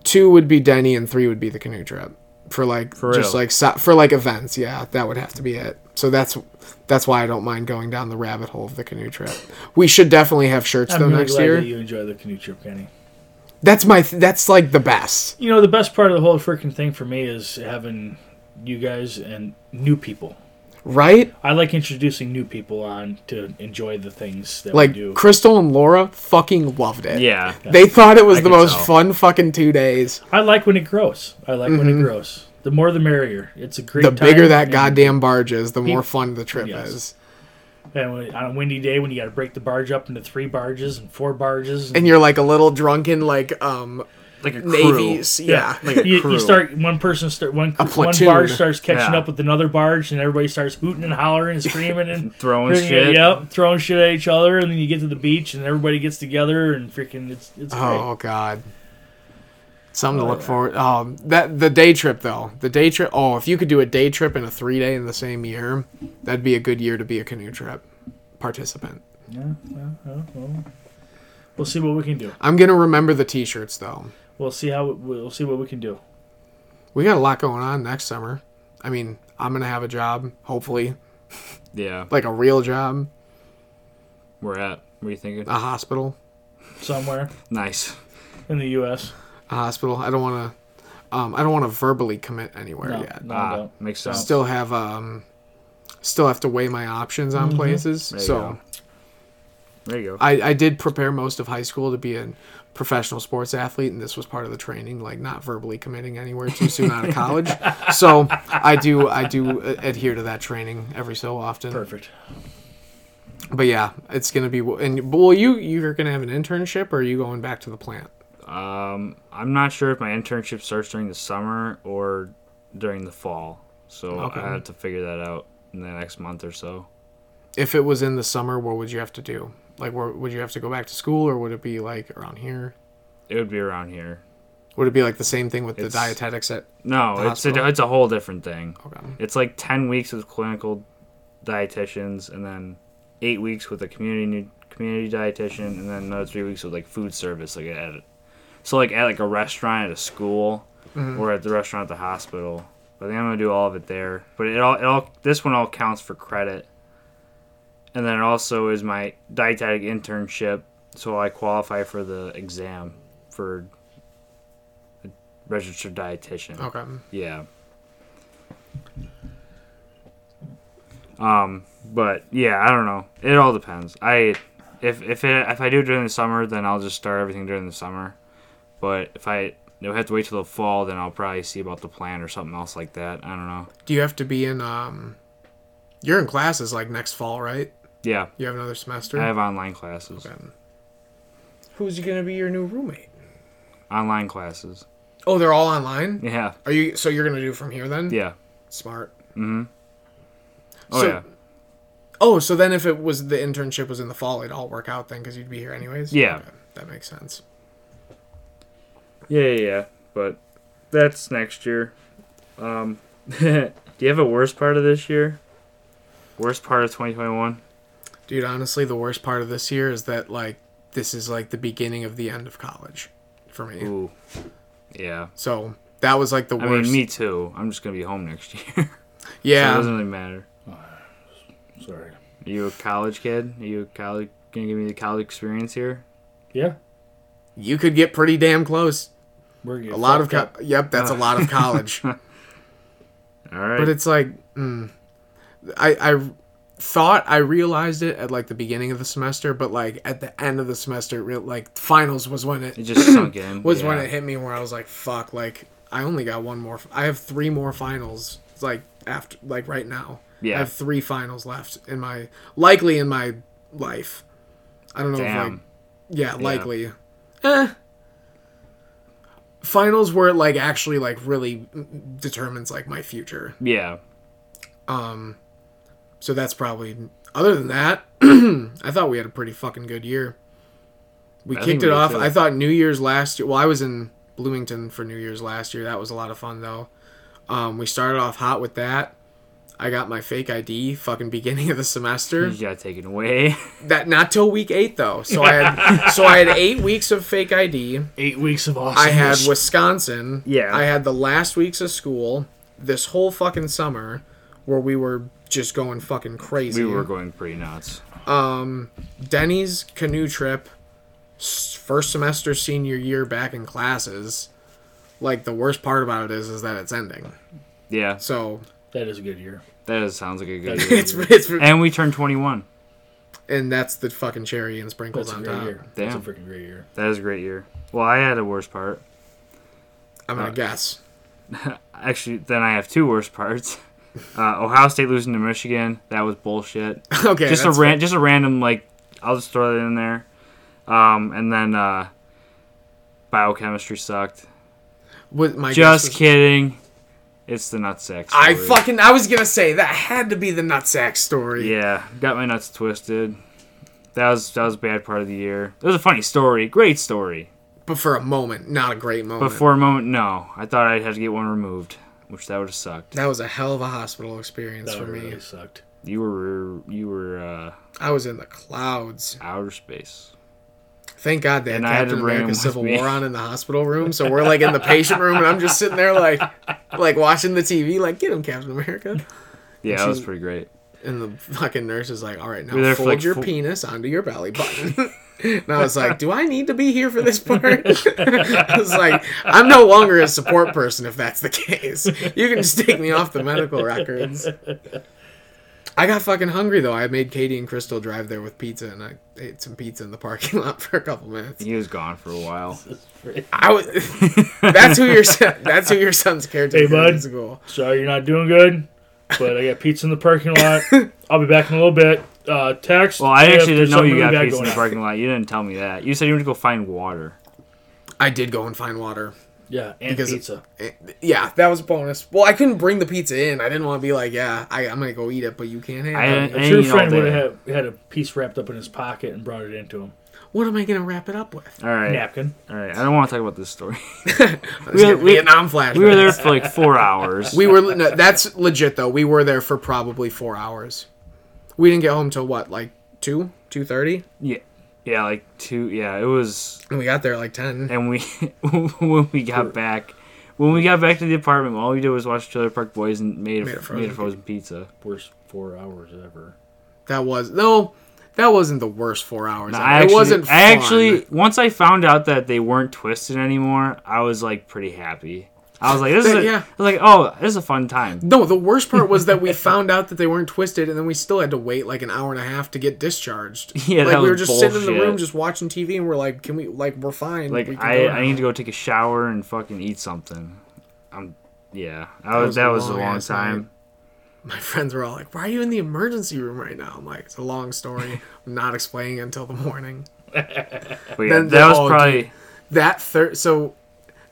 B: two would be Denny and three would be the canoe trip for like
A: For
B: just
A: real?
B: like so, for like events. Yeah, that would have to be it. So that's that's why I don't mind going down the rabbit hole of the canoe trip. We should definitely have shirts
C: I'm
B: though
C: really
B: next
C: glad
B: year.
C: that you enjoy the canoe trip, Kenny.
B: that's my th- that's like the best.
C: You know, the best part of the whole freaking thing for me is having you guys and new people.
B: Right?
C: I like introducing new people on to enjoy the things that we do.
B: Like Crystal and Laura fucking loved it.
A: Yeah.
B: They thought it was
A: I
B: the
A: could
B: most
A: tell.
B: fun fucking two days.
C: I like when it grows. I like when it grows. The more the merrier. It's a great.
B: Mm-hmm. The
C: time,
B: bigger that
C: and-
B: goddamn barge is, the more fun the trip
C: Yes.
B: is.
C: And when, on a windy day, when you got to break the barge up into three barges and four barges,
B: And you're like a little drunken, like um
A: Like a crew.
B: navy. Yeah.
A: Like a
C: you,
A: crew.
C: you start one person start one one
B: platoon.
C: barge starts catching
A: Yeah.
C: up with another barge, and everybody starts hooting and hollering and screaming and
A: Throwing
C: Yeah,
A: shit.
C: Yep, throwing shit at each other, and then you get to the beach, and everybody gets together and freaking it's it's great.
B: Oh god. Something to look forward. Um, that the day trip though, the day trip. Oh, if you could do a day trip and a three day in the same year, that'd be a good year to be a canoe trip participant.
C: Yeah, yeah, yeah, well, we'll see what we can do.
B: I'm gonna remember the t-shirts though.
C: We'll see how we'll see what we can do.
B: We got a lot going on next summer. I mean, I'm gonna have a job, hopefully,
A: Yeah.
B: like a real job,
A: We're at. What are you thinking?
B: a hospital.
C: Somewhere
A: Nice.
C: in the U.S.
B: a hospital. I don't want to. Um, I don't want to verbally commit anywhere
C: No,
B: yet.
C: no,
A: Ah,
C: don't.
A: makes sense.
B: Still have um, still have to weigh my options on places.
A: There you
B: So
A: go. There you go.
B: I, I did prepare most of high school to be a professional sports athlete, and this was part of the training, like not verbally committing anywhere too soon out of college. So I do I do uh, adhere to that training every so often.
C: Perfect.
B: But yeah, it's gonna be. And well, you you're gonna have an internship, or are you going back to the plant?
A: Um, I'm not sure if my internship starts during the summer or during the fall, so
B: Okay.
A: I have to figure that out in the next month or so.
B: if it was in the summer, what would you have to do? Like, where, would you have to go back to school, or would it be like around here?
A: It would be around here.
B: Would it be like the same thing with the
A: It's-
B: dietetics at?
A: No,
B: The
A: it's a,
B: hospital?
A: it's a whole different thing.
B: Okay.
A: It's like ten weeks with clinical dietitians, and then eight weeks with a community community dietitian, and then another three weeks with like food service, like at so like at like a restaurant at a school or at the restaurant at the hospital. But I think I'm gonna do all of it there. But it all it all this one all counts for credit, and then it also is my dietetic internship, so I qualify for the exam for a registered dietitian.
B: Okay.
A: Yeah. Um, but yeah, I don't know. It all depends. I if if it, if I do it during the summer, then I'll just start everything during the summer. But if I You'll have to wait till the fall, then I'll probably see about the plan or something else like that. I don't know.
B: Do you have to be in? Um, you're in classes like next fall, right?
A: Yeah,
B: You have another semester.
A: I have online classes.
B: Okay. Who's gonna be your new roommate?
A: Online classes.
B: Oh, they're all online.
A: Yeah,
B: Are you? So you're gonna do from here then?
A: yeah.
B: Smart.
A: Oh
B: So-
A: yeah,
B: Oh, so then if it was the internship was in the fall, it'd all work out then because you'd be here anyways.
A: Yeah.
B: Okay, that makes sense.
A: yeah, yeah, yeah. But that's next year. Um, do you have a worst part of this year? Worst part of 2021?
B: Dude, honestly, the worst part of this year is that like this is like the beginning of the end of college for me.
A: Ooh, yeah.
B: So that was like the
A: I
B: worst.
A: mean, me too. I'm just gonna be home next year. so it
B: yeah.
A: doesn't really matter.
C: Sorry.
A: Are you a college kid? Are you a college? Gonna give me the college experience here?
C: Yeah,
B: you could get pretty damn close.
C: we're getting
B: A lot of
C: fucked
B: co-
C: up.
B: yep, that's a lot of college.
A: All right.
B: but it's like mm, I I thought I realized it at like the beginning of the semester, but like at the end of the semester, real like finals was when
A: It
B: it
A: just sunk in.
B: was when
A: yeah.
B: it hit me where I was like, fuck, like I only got one more. I have three more finals like after like right now.
A: Yeah.
B: I have three finals left in my likely in my life. I don't know if like
A: Damn.
B: yeah, likely. Eh. Finals where it like actually like really determines like my future.
A: Yeah.
B: So that's probably other than that, I thought we had a pretty fucking good year. We
A: I think
B: kicked
A: we
B: it
A: did
B: off.
A: too.
B: I thought New Year's last year. Well, I was in Bloomington for New Year's last year. That was a lot of fun though. Um, we started off hot with that. I got my fake ID fucking beginning of the semester.
A: You got taken away.
B: That not till week eight though. So I had so I had eight weeks of fake ID.
C: Eight weeks of awesome.
B: I had Wisconsin.
A: Yeah.
B: I had the last weeks of school this whole fucking summer where we were just going fucking crazy.
A: we were going pretty nuts.
B: Um, Denny's canoe trip, s- first semester senior year back in classes. Like the worst part about it is, is that it's ending.
A: Yeah.
B: So
C: that is a good year.
A: That is, sounds like a good
C: That's-
A: year.
B: it's it's
A: And we turned 21.
B: and that's the fucking cherry and sprinkles
C: That's a
B: on
C: great
B: top.
C: year. That's a
A: Damn.
C: freaking great year.
A: That is a great year. Well, I had a worst part.
B: I'm
A: Uh,
B: gonna guess.
A: Actually, then I have two worst parts. Uh, Ohio State losing to Michigan. That was bullshit.
B: Okay,
A: just a
B: that's
A: ran- just a random like I'll just throw that in there. Um, and then uh, biochemistry sucked.
B: With my guess
A: Just
B: was-
A: kidding. It's the nutsack.
B: I
A: story.
B: fucking I was gonna say that had to be the nutsack story.
A: Yeah, got my nuts twisted. That was that was a bad part of the year. It was a funny story, great story.
B: But for a moment, not a great moment.
A: But for a moment, no. I thought I'd have to get one removed, which that would have sucked.
B: that was a hell of a hospital experience
C: That
B: for me.
C: really sucked.
A: You were you were uh,
B: I was in the clouds.
A: outer space.
B: Thank God they had
A: And I had
B: Captain
A: to bring him
B: America
A: with
B: Civil
A: me.
B: War on in the hospital room, so we're like in the patient room, and I'm just sitting there like, like watching the TV, like get him Captain America,
A: Yeah, that was pretty great.
B: and the fucking nurse is like, all right, now
A: We're there for,
B: fold
A: like,
B: your
A: four-
B: penis onto your belly button. And I was like, "Do I need to be here for this part?" I was like, "I'm no longer a support person if that's the case. You can just take me off the medical records." I got fucking hungry though. I made Katie and Crystal drive there with pizza, and I ate some pizza in the parking lot for a couple minutes.
A: He was gone for a while.
B: I was. that's who your son, that's who your son's caretaker
C: Hey, bud.
B: is. Cool.
C: Sorry, you're not doing good, but I got pizza in the parking lot. I'll be back in a little bit. Uh, text.
A: Well, I
C: if
A: actually
C: there's
A: didn't know
C: something
A: you
C: really
A: got
C: bad
A: pizza in
C: going
A: the
C: on.
A: parking lot. You didn't tell me that. You said you went to go find water.
B: I did go and find water.
C: Yeah, and
B: Because-
C: pizza.
B: Eh, Yeah, that was a bonus. Well, I couldn't bring the pizza in. I didn't want to be like, yeah, I, I'm gonna go eat it, but you can't
A: I
B: have
A: didn't, I
B: it.
C: A
A: didn't
C: true
A: eat all
C: friend
A: day.
C: would have had, had a piece wrapped up in his pocket and brought it into him.
B: What am I gonna wrap it up with?
A: All right,
C: Napkin.
A: all right. I don't want to talk about this story.
B: Let's get
A: we-
B: Vietnam flashbacks.
A: we were there for like four hours.
B: We were. No, that's legit though. We were there for probably four hours. We didn't get home till what, like two, two thirty,
A: yeah, yeah, like two. Yeah, it was
B: and we got there at like ten.
A: and we when we got back when we got back to the apartment all we did was watch trailer park boys and made a, made a, frozen, pizza
C: Worst four hours ever.
B: That was no, that wasn't the worst four hours. ever.
A: I actually,
B: it wasn't.
A: I
B: fun.
A: actually once i found out that they weren't twisted anymore i was like pretty happy I was like, this is a,
B: Yeah.
A: I was like, oh, this is a fun time.
B: No, the worst part was that we found out that they weren't twisted, and then we still had to wait like an hour and a half to get discharged.
A: Yeah,
B: like
A: that
B: we were
A: was
B: just sitting in the
A: bullshit.
B: room, just watching TV, and we're like, "Can we? Like, we're fine."
A: Like
B: we can
A: I,
B: go
A: I need to go take a shower and fucking eat something. I'm yeah. I was,
B: was
A: that
B: a
A: was a
B: long
A: long
B: ass night.
A: time.
B: my friends were all like, "Why are you in the emergency room right now?" I'm like, "It's a long story. I'm not explaining it until the morning."
A: But yeah,
B: Then
A: that
B: they
A: was
B: all
A: probably
B: That third, so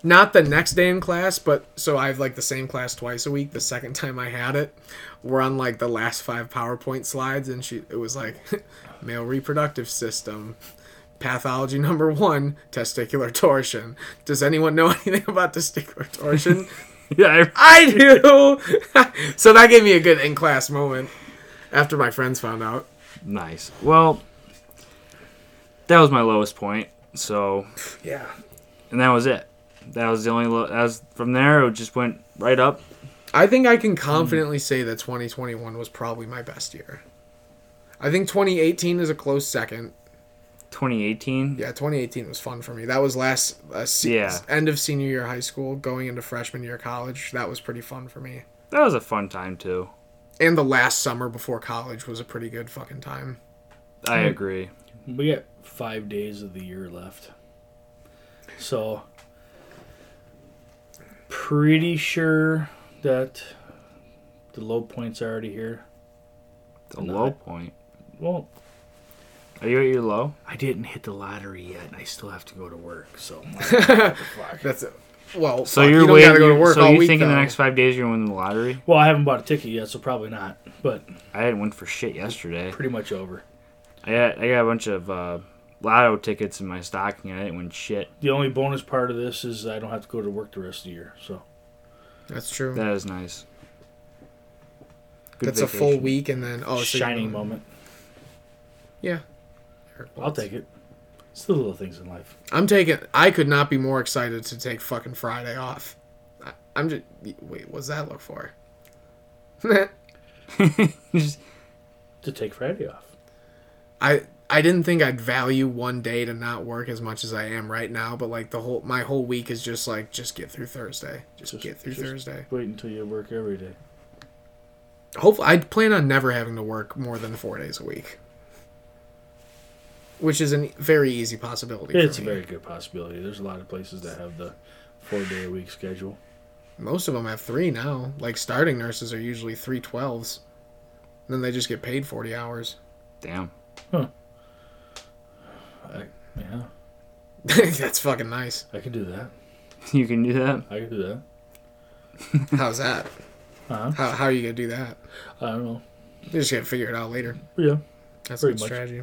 B: not the next day in class, but so I have like the same class twice a week. The second time I had it, we're on like the last five PowerPoint slides, and she it was like male reproductive system. Pathology number one, testicular torsion. Does anyone know anything about testicular torsion?
A: yeah. I,
B: I do! so that gave me a good in class moment after my friends found out.
A: nice. Well, that was my lowest point. So
B: Yeah.
A: and that was it. That was the only. Lo- that was from there. It just went right up.
B: I think I
A: Hmm.
B: can confidently say that 2021 was probably my best year. I think 2018 is a close second.
A: 2018.
B: Yeah, 2018 was fun for me. That was last uh, se-
A: Yeah.
B: end of senior year of high school, going into freshman year of college. That was pretty fun for me.
A: That was a fun time too.
B: And the last summer before college was a pretty good fucking time.
A: I agree.
C: We got five days of the year left. So, pretty sure that the low points are already here.
A: The low point.
C: Well,
A: Are you at your low?
C: I didn't hit the lottery yet, and I still have to go to work. So, fuck.
B: That's it. Well,
A: So
B: fuck,
A: you're
B: you don't
A: waiting.
B: gotta go to work
A: so
B: all
A: you
B: week.
A: think in the
B: though.
A: next five days you're gonna win the lottery?
C: well, I haven't bought a ticket yet, so probably not. But
A: I didn't win for shit yesterday.
C: pretty much over.
A: I got, I got a bunch of uh, lotto tickets in my stocking. and I didn't win shit.
C: The only bonus part of this is I don't have to go to work the rest of the year. So,
B: That's true.
A: That is nice. Good
B: That's a full
A: vacation.
B: week, and then oh, so you're
C: shining
B: gonna-
C: moment.
B: Yeah,
C: I'll take it. It's the little things in life.
B: I'm taking. I could not be more excited to take fucking Friday off. I, I'm just. Wait, what's that look for?
A: Just-
C: To take Friday off.
B: I I didn't think I'd value one day to not work as much as I am right now, but like the whole my whole week is just like just get through Thursday, just,
C: Just-
B: get through
C: just-
B: Thursday.
C: Wait until you work every day.
B: Hopefully, I plan on never having to work more than four days a week, which is a very easy possibility.
C: It's a
B: for me.
C: very good possibility. There's a lot of places that have the four day a week schedule.
B: Most of them have three now. Like starting nurses are usually three twelves, then they just get paid forty hours.
A: damn.
C: I, yeah,
B: That's fucking nice.
C: I could do that.
A: You can do that.
C: I could do that.
B: How's that?
C: Huh?
B: How, how are you gonna do that?
C: I don't know.
B: You just gotta figure it out later.
C: Yeah.
B: That's a
C: Pretty
B: good
C: much.
B: strategy.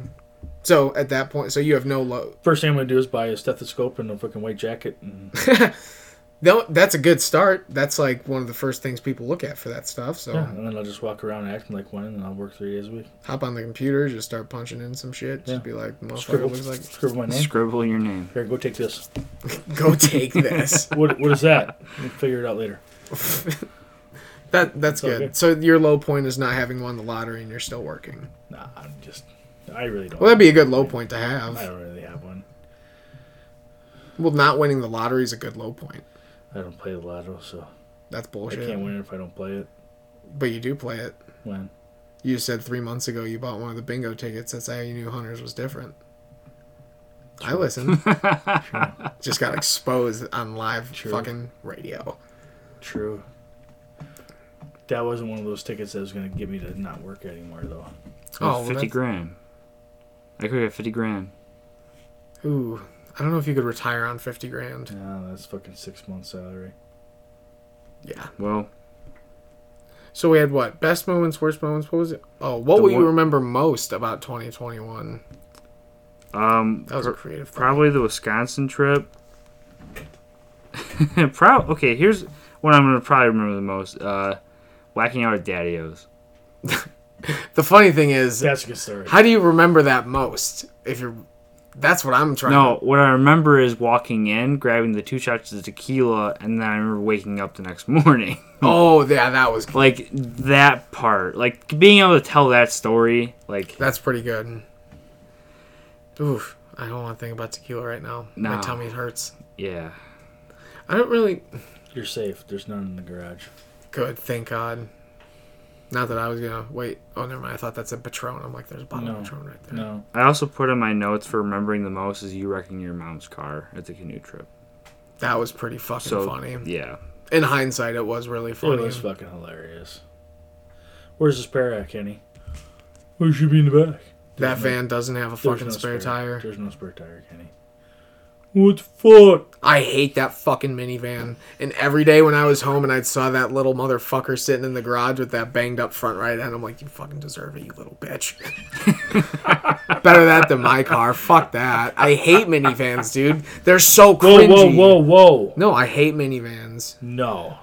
B: So at that point, so you have no low.
C: First thing I'm gonna do is buy a stethoscope and a fucking white jacket. And
B: No, that's a good start. That's like one of the first things people look at for that stuff. So
C: yeah, and then I'll just walk around acting like one, and I'll work three days a week.
B: hop on the computer, just start punching in some shit. Just
C: Yeah.
B: be like, motherfucker
C: Scribble,
B: looks like,
C: scribble my name.
A: Scribble your name.
C: Here, go take this.
B: go take this.
C: What? What is that? We'll figure it out later.
B: that that's
C: It's all
B: good.
C: good.
B: So your low point is not having won the lottery and you're still working.
C: Nah, I'm just. I really don't.
B: Well, that'd be a good low point to
C: I
B: have.
C: don't really have one.
B: Well, not winning the lottery is a good low point.
C: I don't play the lotto, so
B: That's
C: I
B: bullshit.
C: can't win it if I don't play it.
B: But you do play it.
C: When?
B: You said three months ago you bought one of the bingo tickets. That's how you knew Hunters was different. I
A: Oh,
B: listen. Just got exposed on live
C: True.
B: fucking
A: Oh,
B: radio.
C: True. That wasn't one of those tickets that was going to get me to not work anymore, though.
A: Oh,
B: well,
A: 50
B: that's-
A: grand. I could have 50 grand.
B: Ooh, I don't know if you could retire on fifty grand.
C: Nah, that's fucking six months salary.
B: Yeah.
A: Well,
B: So we had what best moments, worst moments. What was it? Oh, what
A: The
B: will you
A: one-
B: remember most about 2021?
A: um,
B: That was a
A: pr-
B: creative. thought.
A: probably the Wisconsin trip. Pro- okay, here's what I'm gonna probably remember the most: uh, whacking out at Daddy-O's.
B: The funny thing is,
C: That's a good story.
B: how do you remember that most? If you're, that's what I'm trying.
A: No, what I remember is walking in, grabbing the two shots of tequila, and then I remember waking up the next morning.
B: Oh yeah, that was
A: like that part, like being able to tell that story, like
B: that's pretty good. Oof, I don't want to think about tequila right now. My
A: No.
B: tummy hurts.
A: yeah,
B: I don't really.
C: You're safe. There's none in the garage.
B: Good, thank God. Not that I was gonna wait. Oh, never mind. I thought that's a Patron. I'm like, there's a bottle
C: No.
B: of Patron right there.
C: No.
A: I also put in my notes for remembering the most is you wrecking your mom's car at the canoe trip.
B: That was pretty fucking
A: So
B: funny.
A: yeah,
B: In hindsight, it was really
C: It
B: funny.
C: was Oh, fucking hilarious. Where's the spare at, Kenny? Where should be in the back?
B: that van doesn't have a
C: There's
B: fucking
C: no
B: spare tire.
C: There's no spare tire, Kenny. What the fuck?
B: I hate that fucking minivan. And every day when I was home and I saw that little motherfucker sitting in the garage with that banged up front right end, I'm like, you fucking deserve it, you little bitch. Better that than my car. Fuck that. I hate minivans, dude. They're so
C: Whoa,
B: cringy.
C: whoa, whoa, whoa.
B: No, I hate minivans.
C: No.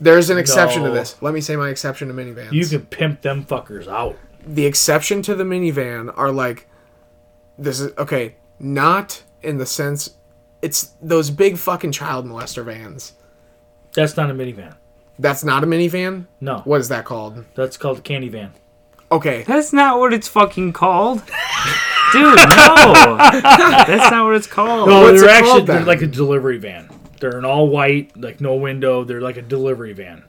B: There's an exception to
C: No.
B: this. Let me say my exception to minivans.
C: You can pimp them fuckers out.
B: the exception to the minivan are like this is okay not in the sense it's those big fucking child molester vans
C: That's not a minivan.
B: that's not a minivan
C: No.
B: what is that called
C: That's called a candy van.
B: okay
A: that's not what it's fucking called, dude. No, that's not what it's called.
C: No,
B: What's
C: they're
B: it called
C: Oh, actually they're
B: then?
C: like a delivery van. They're an all white, like no window. They're like a delivery van,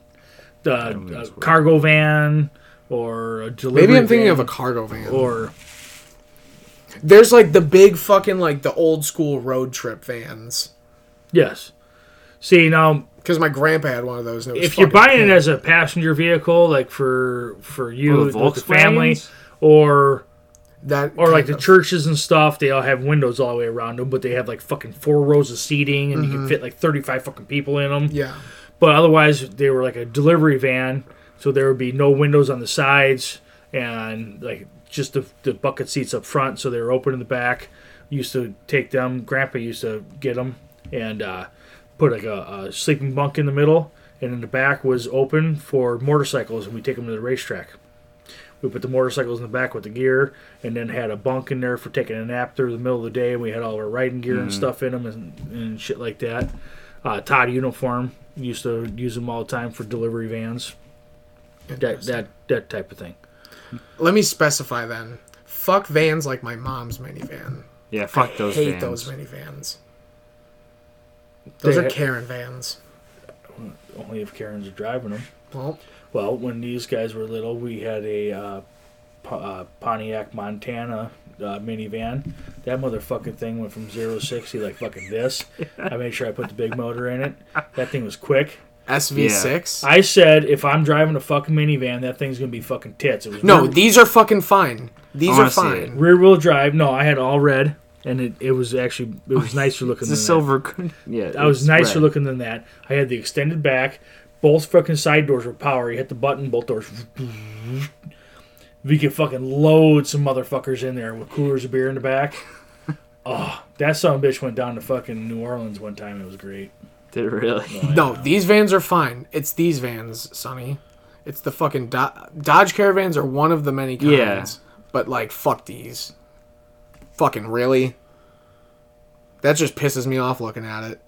C: uh, a cargo van or a delivery.
B: maybe i'm thinking
C: van
B: of a cargo van
C: or
B: there's like the big fucking like the old school road trip vans
C: yes. See now,
B: because my grandpa had one of those and it was
C: if you're
B: fucking-
C: buying it as a passenger vehicle, like for for you,
A: Or
C: with
A: the
C: the family,
A: Volkswagens?
C: or
B: that
C: or like the
B: kind of-
C: churches and stuff, they all have windows all the way around them, but they have like fucking four rows of seating, and you
B: Mm-hmm.
C: can fit like 35 fucking people in them.
B: yeah
C: But otherwise, they were like a delivery van, so there would be no windows on the sides and like just the, the bucket seats up front, so they were open in the back. Used to take them. Grandpa used to get them and uh, put like a, a sleeping bunk in the middle, and in the back was open for motorcycles, and we take them to the racetrack. We put the motorcycles in the back with the gear, and then had a bunk in there for taking a nap through the middle of the day. And we had all of our riding gear and stuff in them, and, and shit like that uh, Todd uniform. Used to use them all the time for delivery vans. That that that type of thing.
B: let me specify then fuck vans like my mom's minivan
A: Yeah, fuck those
B: hate
A: vans.
B: those minivans those
C: They-
B: are karen vans
C: Only if Karens are driving them.
B: well
C: Well, when these guys were little, we had a uh, Po- uh, Pontiac Montana uh, minivan. That motherfucking thing went from zero to sixty like fucking this. I made sure I put the big motor in it. That thing was quick.
B: sv6
C: I said if I'm driving a fucking minivan, that thing's gonna be fucking tits. It was
B: No,
C: rear-
B: these are fucking fine. These
A: wanna
B: are
A: see
B: fine.
C: rear wheel drive. No, I had all red, and it, it was actually it was nicer looking.
A: Oh, It's
C: than
A: a
C: that.
A: silver. Yeah,
C: I was
A: it's
C: nicer
A: red.
C: looking than that. I had the extended back. Both fucking side doors were power. You hit the button, both doors. We could fucking load some motherfuckers in there with coolers of beer in the back. Oh, that son of a bitch went down to fucking New Orleans one time. It was great.
A: Did it really?
B: No, these vans are fine. It's these vans, Sonny. It's the fucking Do- Dodge Caravans are one of the many kinds.
A: Yeah.
B: But like, fuck these. Fucking really. That just pisses me off looking at it.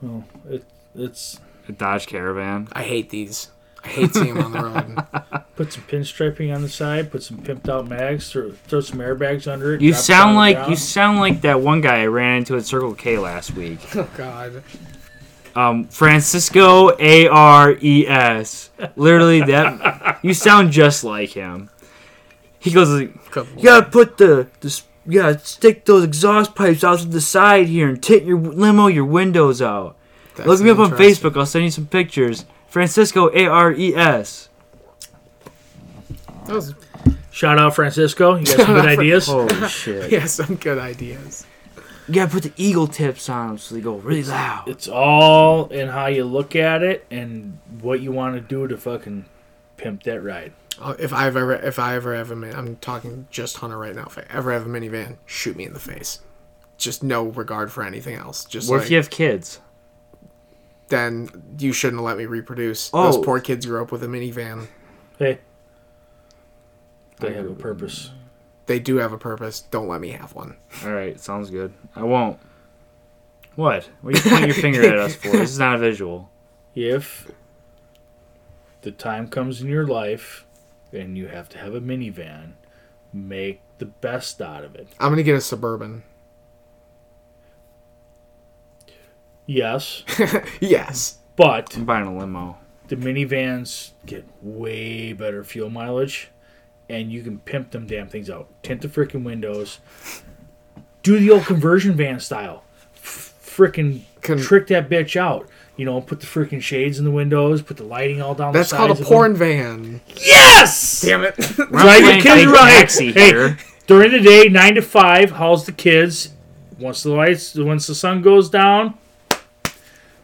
C: Well, it, it's
A: A Dodge Caravan.
B: I hate these. I hate seeing them on the road.
C: put some pinstriping on the side, put some pimped out mags, throw, throw some airbags under it.
A: You
C: drop it on
A: sound
C: the
A: like
C: ground.
A: you sound like that one guy I ran into at Circle K last week.
B: Oh God.
A: Um, Francisco A R E S. Literally, that you sound just like him. He goes, like,
B: Good
A: "You gotta put the this, you gotta stick those exhaust pipes out to the side here and tint your limo your windows out."
B: That's
A: Look me up on
B: interesting.
A: Facebook. I'll send you some pictures. Francisco A R E S.
B: That was-
C: Shout out Francisco. You got some good ideas.
A: Holy shit!
B: yeah, some good ideas.
A: You gotta put the eagle tips on them so they go really loud.
C: It's all in how you look at it and what you want to do to fucking pimp that ride.
B: Uh, If I ever, if I ever have a, min- I'm talking just Hunter right now. If I ever have a minivan, shoot me in the face. Just no regard for anything else. Just
A: What
B: like,
A: if you have kids?
B: then you shouldn't let me reproduce.
A: Oh.
B: Those poor kids grew up with a minivan.
C: Hey, they have a purpose.
B: They do have a purpose. Don't let me have one.
A: All right, sounds good. I won't. What? What are you pointing your finger at us for? This is not a visual.
C: If the time comes in your life and you have to have a minivan, make the best out of it.
B: I'm gonna get a suburban.
C: Yes,
B: Yes.
C: But
A: I'm buying a limo.
C: the minivans get way better fuel mileage, and you can pimp them damn things out. Tint the freaking windows. Do the old conversion van style. F- freaking
B: Con-
C: trick that bitch out. You know, put the freaking shades in the windows, put the lighting all down
B: That's
C: the
B: called
C: sides
B: a
C: of
B: porn van.
C: them. Yes!
B: Damn it.
A: We're not
C: Right,
A: playing
C: kids
A: big
C: are right.
A: taxi
C: Hey.
A: here.
C: During the day, 9 to 5, how's the kids? Once the lights, once the sun goes down,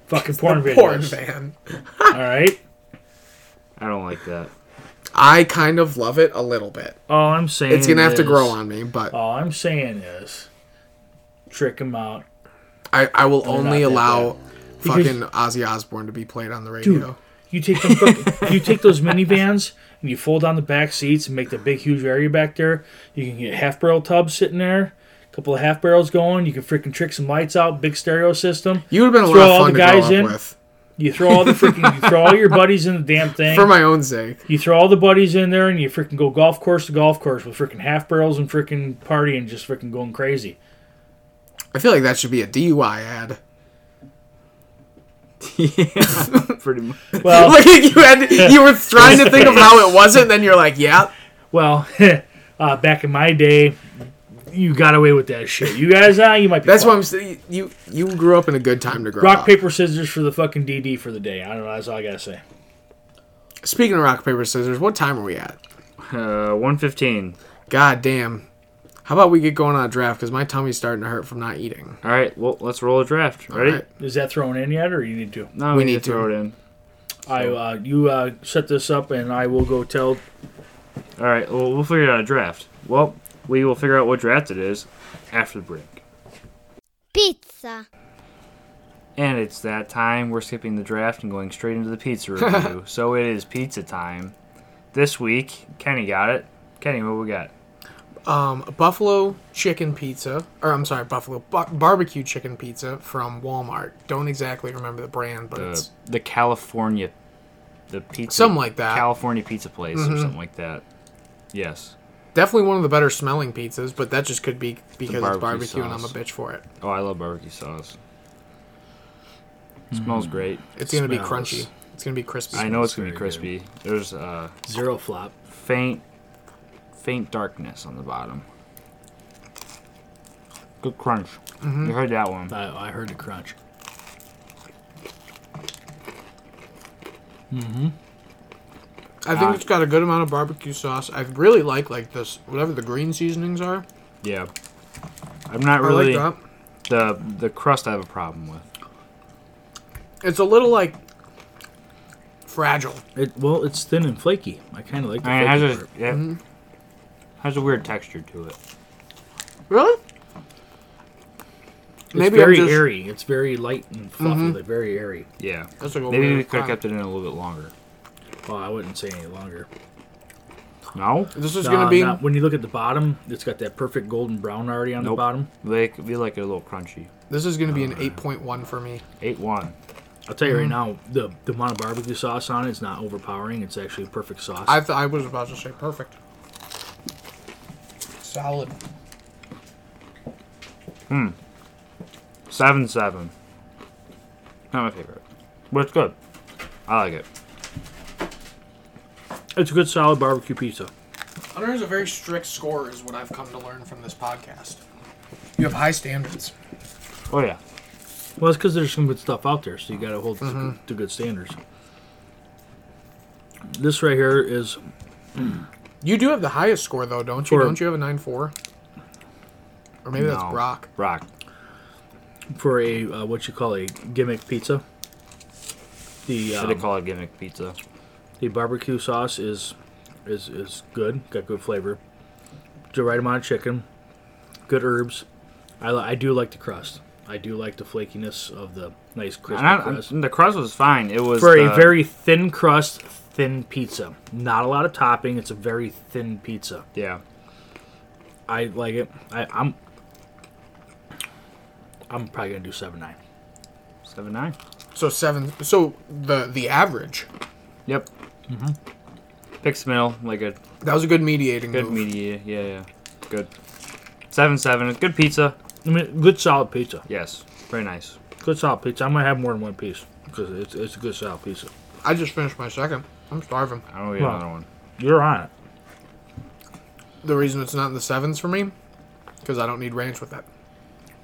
C: fucking porn videos.
B: porn van.
C: All right?
A: I don't like that.
B: I kind of love it a little bit.
C: All I'm saying
B: It's gonna have to
C: is-
B: grow on me, but
C: All I'm saying is, trick them out.
B: I, I will only
C: not that
B: allow
C: Because-
B: fucking Ozzy Osbourne to be played on the radio.
C: Dude, you take them, fuck- you take those minivans and you fold down the back seats and make the big huge area back there. You can get half barrel tubs sitting there, a couple of half barrels going. You can freaking trick some lights out, big stereo system.
B: You would have been a
C: Throw
B: lot of
C: all
B: fun
C: the
B: to grow
C: guys
B: up
C: in.
B: with.
C: You throw all the freaking, you throw all your buddies in the damn thing.
B: For my own sake.
C: you throw all the buddies in there and you freaking go golf course to golf course with freaking half barrels and freaking party and just freaking going crazy.
B: I feel like that should be a DUI ad.
A: Pretty much.
C: Well,
B: Like you had you were trying to think of how it wasn't, then you're like, yeah.
C: Well, uh, back in my day, you got away with that shit. You guys, uh, you might be.
B: That's
C: fucked.
B: why I'm saying you you grew up in a good time to grow
C: Rock,
B: up.
C: paper, scissors for the fucking DD for the day. I don't know. That's all I gotta say.
B: Speaking of rock paper scissors, what time are we at?
A: Uh, one fifteen.
B: God damn. How about we get going on a draft? Because my tummy's starting to hurt from not eating.
A: All right. Well, let's roll a draft. Ready?
B: All right.
C: Is that thrown in yet, or you need to?
A: No,
B: We
A: we,
B: need
A: need,
B: to.
A: to throw it in.
C: I, uh, you uh, set this up, and I will go tell.
A: All right. Well, we'll figure out a draft. Well, we will figure out what draft it is after the break.
D: Pizza.
A: And it's that time we're skipping the draft and going straight into the pizza review. so it is pizza time. This week, Kenny got it. Kenny, what we got?
B: Um, a buffalo chicken pizza, or I'm sorry, buffalo bar- barbecue chicken pizza from Walmart. Don't exactly remember the brand, but
A: The
B: it's
A: the California, the pizza,
B: Something like that. Mm-hmm.
A: California pizza place or something like that. Yes.
B: definitely one of the better smelling pizzas. But that just could be because it's
A: barbecue
B: barbecue and I'm a
A: sauce.
B: bitch for it.
A: Oh, I love barbecue sauce.
B: Mm.
A: Smells great.
B: It's gonna be
C: Smells.
B: crunchy. It's gonna be crispy.
A: I know it's gonna be
C: very
A: crispy. There's a
C: Zero flop.
A: faint, faint darkness on the bottom. Good crunch.
B: Mm-hmm.
A: You heard that one.
C: I, I heard the crunch.
B: I think
A: Ah.
B: it's got a good amount of barbecue sauce. I really like like this whatever the green seasonings are.
A: Yeah. I'm not
B: I
A: really.
B: like that.
A: The the crust I have a problem with.
B: It's a little like fragile.
C: It well, it's thin and flaky. I kind of like the
A: I mean, it
C: flaky
A: has a
C: part.
A: yeah,
B: Mm-hmm.
A: has a weird texture to it.
B: Really?
C: It's very
B: I'm just- Mm-hmm.
C: airy. It's very light and fluffy. Like very airy.
A: Yeah.
B: That's like a
A: Maybe
B: weird
A: we could have
B: comment.
A: kept it in a little bit longer.
C: Well, I wouldn't say any longer.
A: No,
B: This is
C: Nah,
B: gonna be
C: nah, when you look at the bottom, it's got that perfect golden brown already on the
A: Nope.
C: bottom.
A: they we like it a little crunchy.
B: this is gonna be an eight point one for me.
A: Eight one.
C: I'll tell you
A: Mm.
C: right now, the, the amount of barbecue sauce on it is not overpowering. It's actually a perfect sauce.
B: I th- I was about to say perfect. Solid.
A: Seven seven. Not my favorite, but it's good. I like it.
C: it's a good solid barbecue pizza.
B: Hunter is a very strict scorer, is what I've come to learn from this podcast. You have high standards.
A: Oh yeah.
C: Well, it's because there's some good stuff out there, so you got to hold to,
A: Mm-hmm.
C: to good standards. This right here is
B: You do have the highest score though, don't you?
C: For-
B: don't you have a nine four? Or maybe
A: No.
B: that's Brock.
A: Rock.
C: for a uh, what you call a gimmick pizza. The
A: Should have
C: um,
A: called it gimmick pizza.
C: the barbecue sauce is is is good. Got good flavor. The right amount of chicken. Good herbs. I, li- I do like the crust. I do like the flakiness of the nice crispy
A: And I,
C: crust.
A: and the crust was fine. It was uh,
C: for
A: the-
C: a very thin crust, thin pizza. Not a lot of topping. It's a very thin pizza.
A: yeah.
C: I like it. I, I'm I'm probably gonna do seven nine.
A: Seven nine.
B: So seven. So the the average.
A: Yep. Mm-hmm. Picks middle like a
B: That was a good mediating
A: Good
B: move.
A: media, yeah, yeah. Good. Seven seven. It's good pizza.
C: I mean, good solid pizza.
A: Yes. Very nice.
C: Good solid pizza. I'm gonna have more than one piece. because it's, it's a good style pizza.
B: I just finished my second. I'm starving.
A: I don't know. We
C: Well.
A: have another one.
C: You're on it.
B: The reason it's not in the sevens for me, because I don't need ranch with that.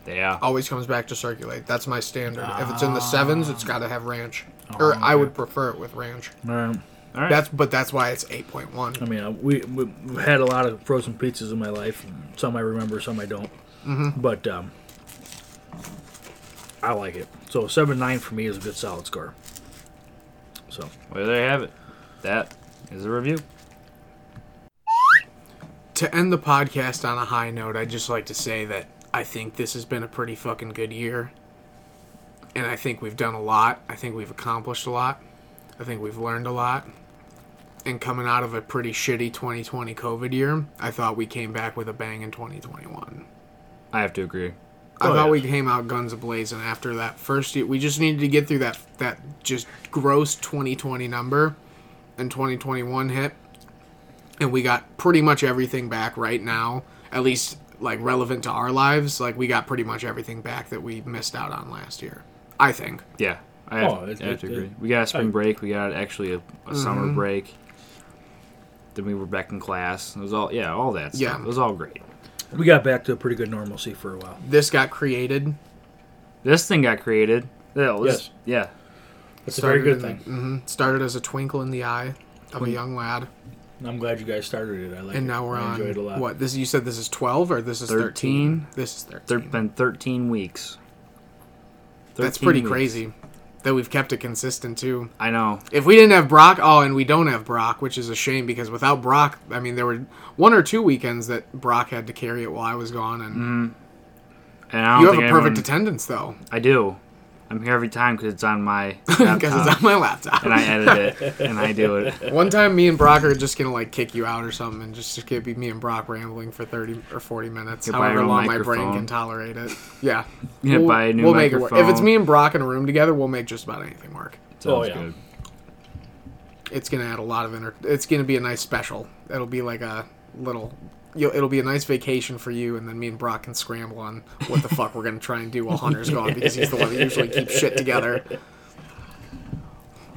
A: Yeah.
B: Always comes back to circulate. That's my standard. if it's in the sevens, it's got to have ranch, or I would prefer it with ranch.
C: Um,
A: All right.
B: That's but that's why it's eight point one.
C: I mean, uh, we we've had a lot of frozen pizzas in my life. and Some I remember, some I don't.
A: Mm-hmm.
C: But um, I like it. So seven nine for me is a good solid score. So
A: well, there you have it. That is a review.
B: to end the podcast on a high note, I'd just like to say that I think this has been a pretty fucking good year. And I think we've done a lot. I think we've accomplished a lot. I think we've learned a lot. And coming out of a pretty shitty 2020 COVID year, I thought we came back with a bang in 2021.
A: I have to agree.
B: I
C: Oh,
B: thought
C: yeah.
B: we came out guns ablazing after that first year. We just needed to get through that that just gross 2020 number and 2021 hit, and we got pretty much everything back right now. At least like relevant to our lives, like we got pretty much everything back that we missed out on last year. I think.
A: Yeah. I have,
C: Oh, it-
A: I have to
C: it-
A: agree.
C: it-
A: we got a
C: Oh.
A: spring break. We got actually a, a
B: Mm-hmm.
A: summer break. Then we were back in class. It was all yeah, all that stuff.
B: Yeah.
A: It was all great.
C: we got back to a pretty good normalcy for a while.
B: This got created.
A: This thing got created. That
C: Yes.
A: was- Yeah.
C: That's a very good
B: started
C: thing.
B: in- mhm, started as a twinkle in the eye of a young lad,
C: I'm glad you guys started it. I like
B: and
C: it.
B: now we're
C: I
B: on
C: enjoy it a lot.
B: what? This you said this is 12 or this is
A: 13.
B: 13? This is 13.
A: There's been 13 weeks.
B: That's
A: 13
B: pretty
A: weeks.
B: crazy that we've kept it consistent too.
A: I know.
B: If we didn't have Brock, oh, and we don't have Brock, which is a shame because without Brock, I mean, there were one or two weekends that Brock had to carry it while I was gone, and
A: And Mm, I don't
B: you have a
A: think
B: perfect
A: anyone-
B: attendance though
A: I do. I'm here every time because it's on my laptop,
B: because it's on my laptop.
A: and I edit it and I do it.
B: one time, me and Brock are just gonna like kick you out or something, and just, just gonna be me and Brock rambling for thirty or forty minutes,
A: buy your
B: however
A: own
B: long my brain
A: microphone.
B: can tolerate it. Yeah,
A: You know, buy a new
B: we'll make it
A: microphone.
B: work. If it's me and Brock in a room together, we'll make just about anything work.
A: Sounds
C: Oh, yeah.
A: good.
B: it's gonna add a lot of inter- it's gonna be a nice special it'll be like a little you'll, it'll be a nice vacation for you and then me and brock can scramble on what the fuck we're gonna try and do while hunter's gone because he's the one that usually keeps shit together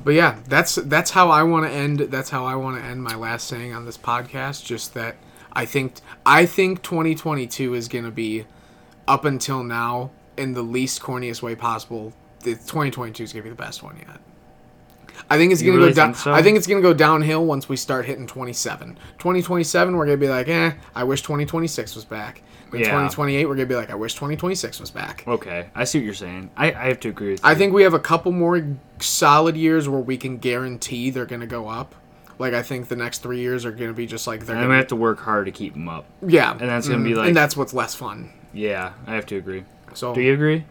B: but yeah that's that's how i want to end that's how i want to end my last saying on this podcast just that i think i think 2022 is gonna be up until now in the least corniest way possible the 2022 is gonna be the best one yet I think it's
A: You
B: gonna
A: really
B: go down.
A: think so?
B: I think it's gonna go downhill once we start hitting 27. 2027, we're gonna be like, eh, I wish 2026 was back. In
A: Yeah.
B: 2028, we're gonna be like, I wish 2026 was back.
A: Okay, I see what you're saying. I, I have to agree with you.
B: I think we have a couple more solid years where we can guarantee they're gonna go up. Like I think the next three years are gonna be just like they're
A: I'm gonna
B: gonna,
A: have to work hard to keep them up,
B: yeah, Mm.
A: and that's gonna be like,
B: and that's what's less fun.
A: yeah, I have to agree.
B: So
A: Do you agree?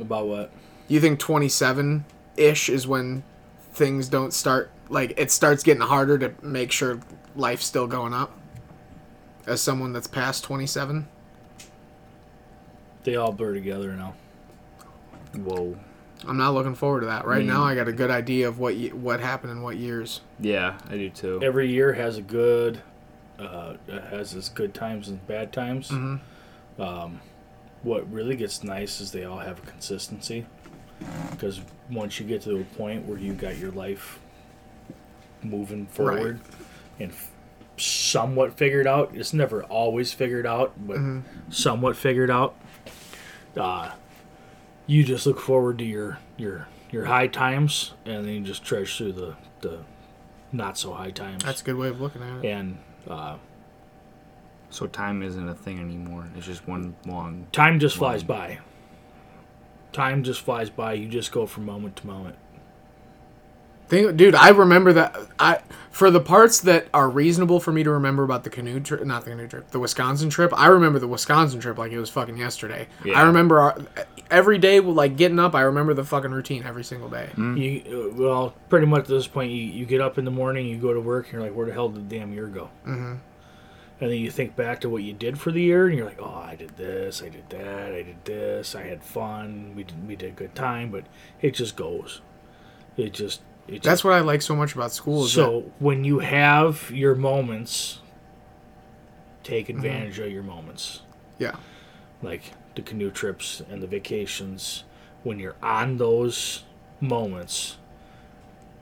C: About what?
B: you think 27 ish is when things don't start like it starts getting harder to make sure life's still going up as someone that's past 27
C: They all blur together now.
A: Whoa.
B: i'm not looking forward to that
A: Mm.
B: right now i got a good idea of what ye- what happened in what years
A: Yeah, I do too.
C: every year has a good uh, has its good times and bad times. Um,
B: Mm-hmm.
C: what really gets nice is they all have a consistency because once you get to a point where you got your life moving forward and f- somewhat figured out, it's never always figured out, but
B: Mm-hmm.
C: somewhat figured out. Uh, you just look forward to your your your high times and then you just trudge through the the not so high times
B: that's a good way of looking at it
C: and uh,
A: So time isn't a thing anymore. It's just one long.
C: time just flies by time just flies by you just go from moment to moment
B: Think, dude, I remember that. I for the parts that are reasonable for me to remember about the canoe trip, not the canoe trip, the Wisconsin trip. I remember the Wisconsin trip like it was fucking yesterday. I
A: Yeah.
B: remember our, every day, like getting up. I remember the fucking routine every single day.
C: you uh, well pretty much at this point you, you get up in the morning you go to work and you're like where the hell did the damn year go mm-hmm. and then you think back to what you did for the year and you're like oh i did this i did that i did this i had fun we did we did a good time but it just goes it just it just
B: That's what I like so much about school. Is
C: So when you have your moments, take advantage of your moments,
B: that, yeah,
C: like the canoe trips and the vacations when you're on those moments,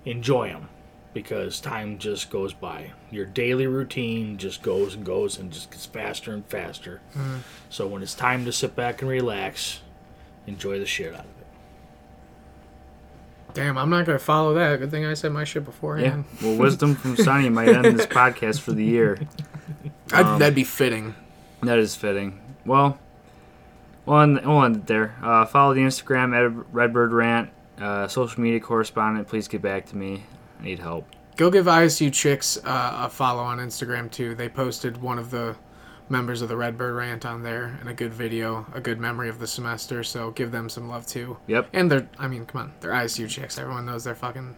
C: enjoy them because time just goes by. Your daily routine just goes and goes and just gets faster and faster. So when it's time to sit back and relax, enjoy the shit out of it.
B: Damn, I'm not gonna follow that. Good thing I said my shit
A: Yeah.
B: beforehand.
A: Well, wisdom from Sonny might end this podcast for the year.
B: I'd, that'd be fitting.
A: That is fitting. Well, we'll end, we'll end it there. Uh, follow the Instagram at Redbird Rant. Uh, social media correspondent, please get back to me. I need help.
B: Go give ISU chicks uh, a follow on Instagram too. They posted one of the members of the Redbird rant on there and a good video, a good memory of the semester. So give them some love too.
A: Yep.
B: And they're, I mean, come on, they're ISU chicks. Everyone knows they're fucking.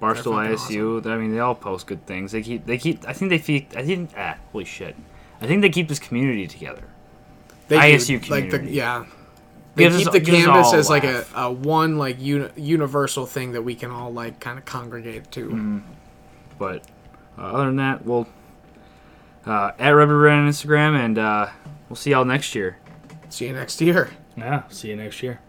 A: Barstool
B: fucking
A: ISU. I mean, they all post good things. They keep. They keep. I think they keep. I think. Ah, holy shit. I think they keep this community together.
B: They
A: ISU
B: Like the,
A: community.
B: yeah. They
A: Gives us-
B: keep the
A: gives us
B: canvas
A: all a
B: as like a,
A: laugh.
B: a one like uni- universal thing that we can all like kind of congregate to.
A: Mm. But uh, other than that, we'll uh, at Redbird Rant on Instagram, and uh, we'll see y'all next year.
B: See you next year.
C: Yeah. See you next year.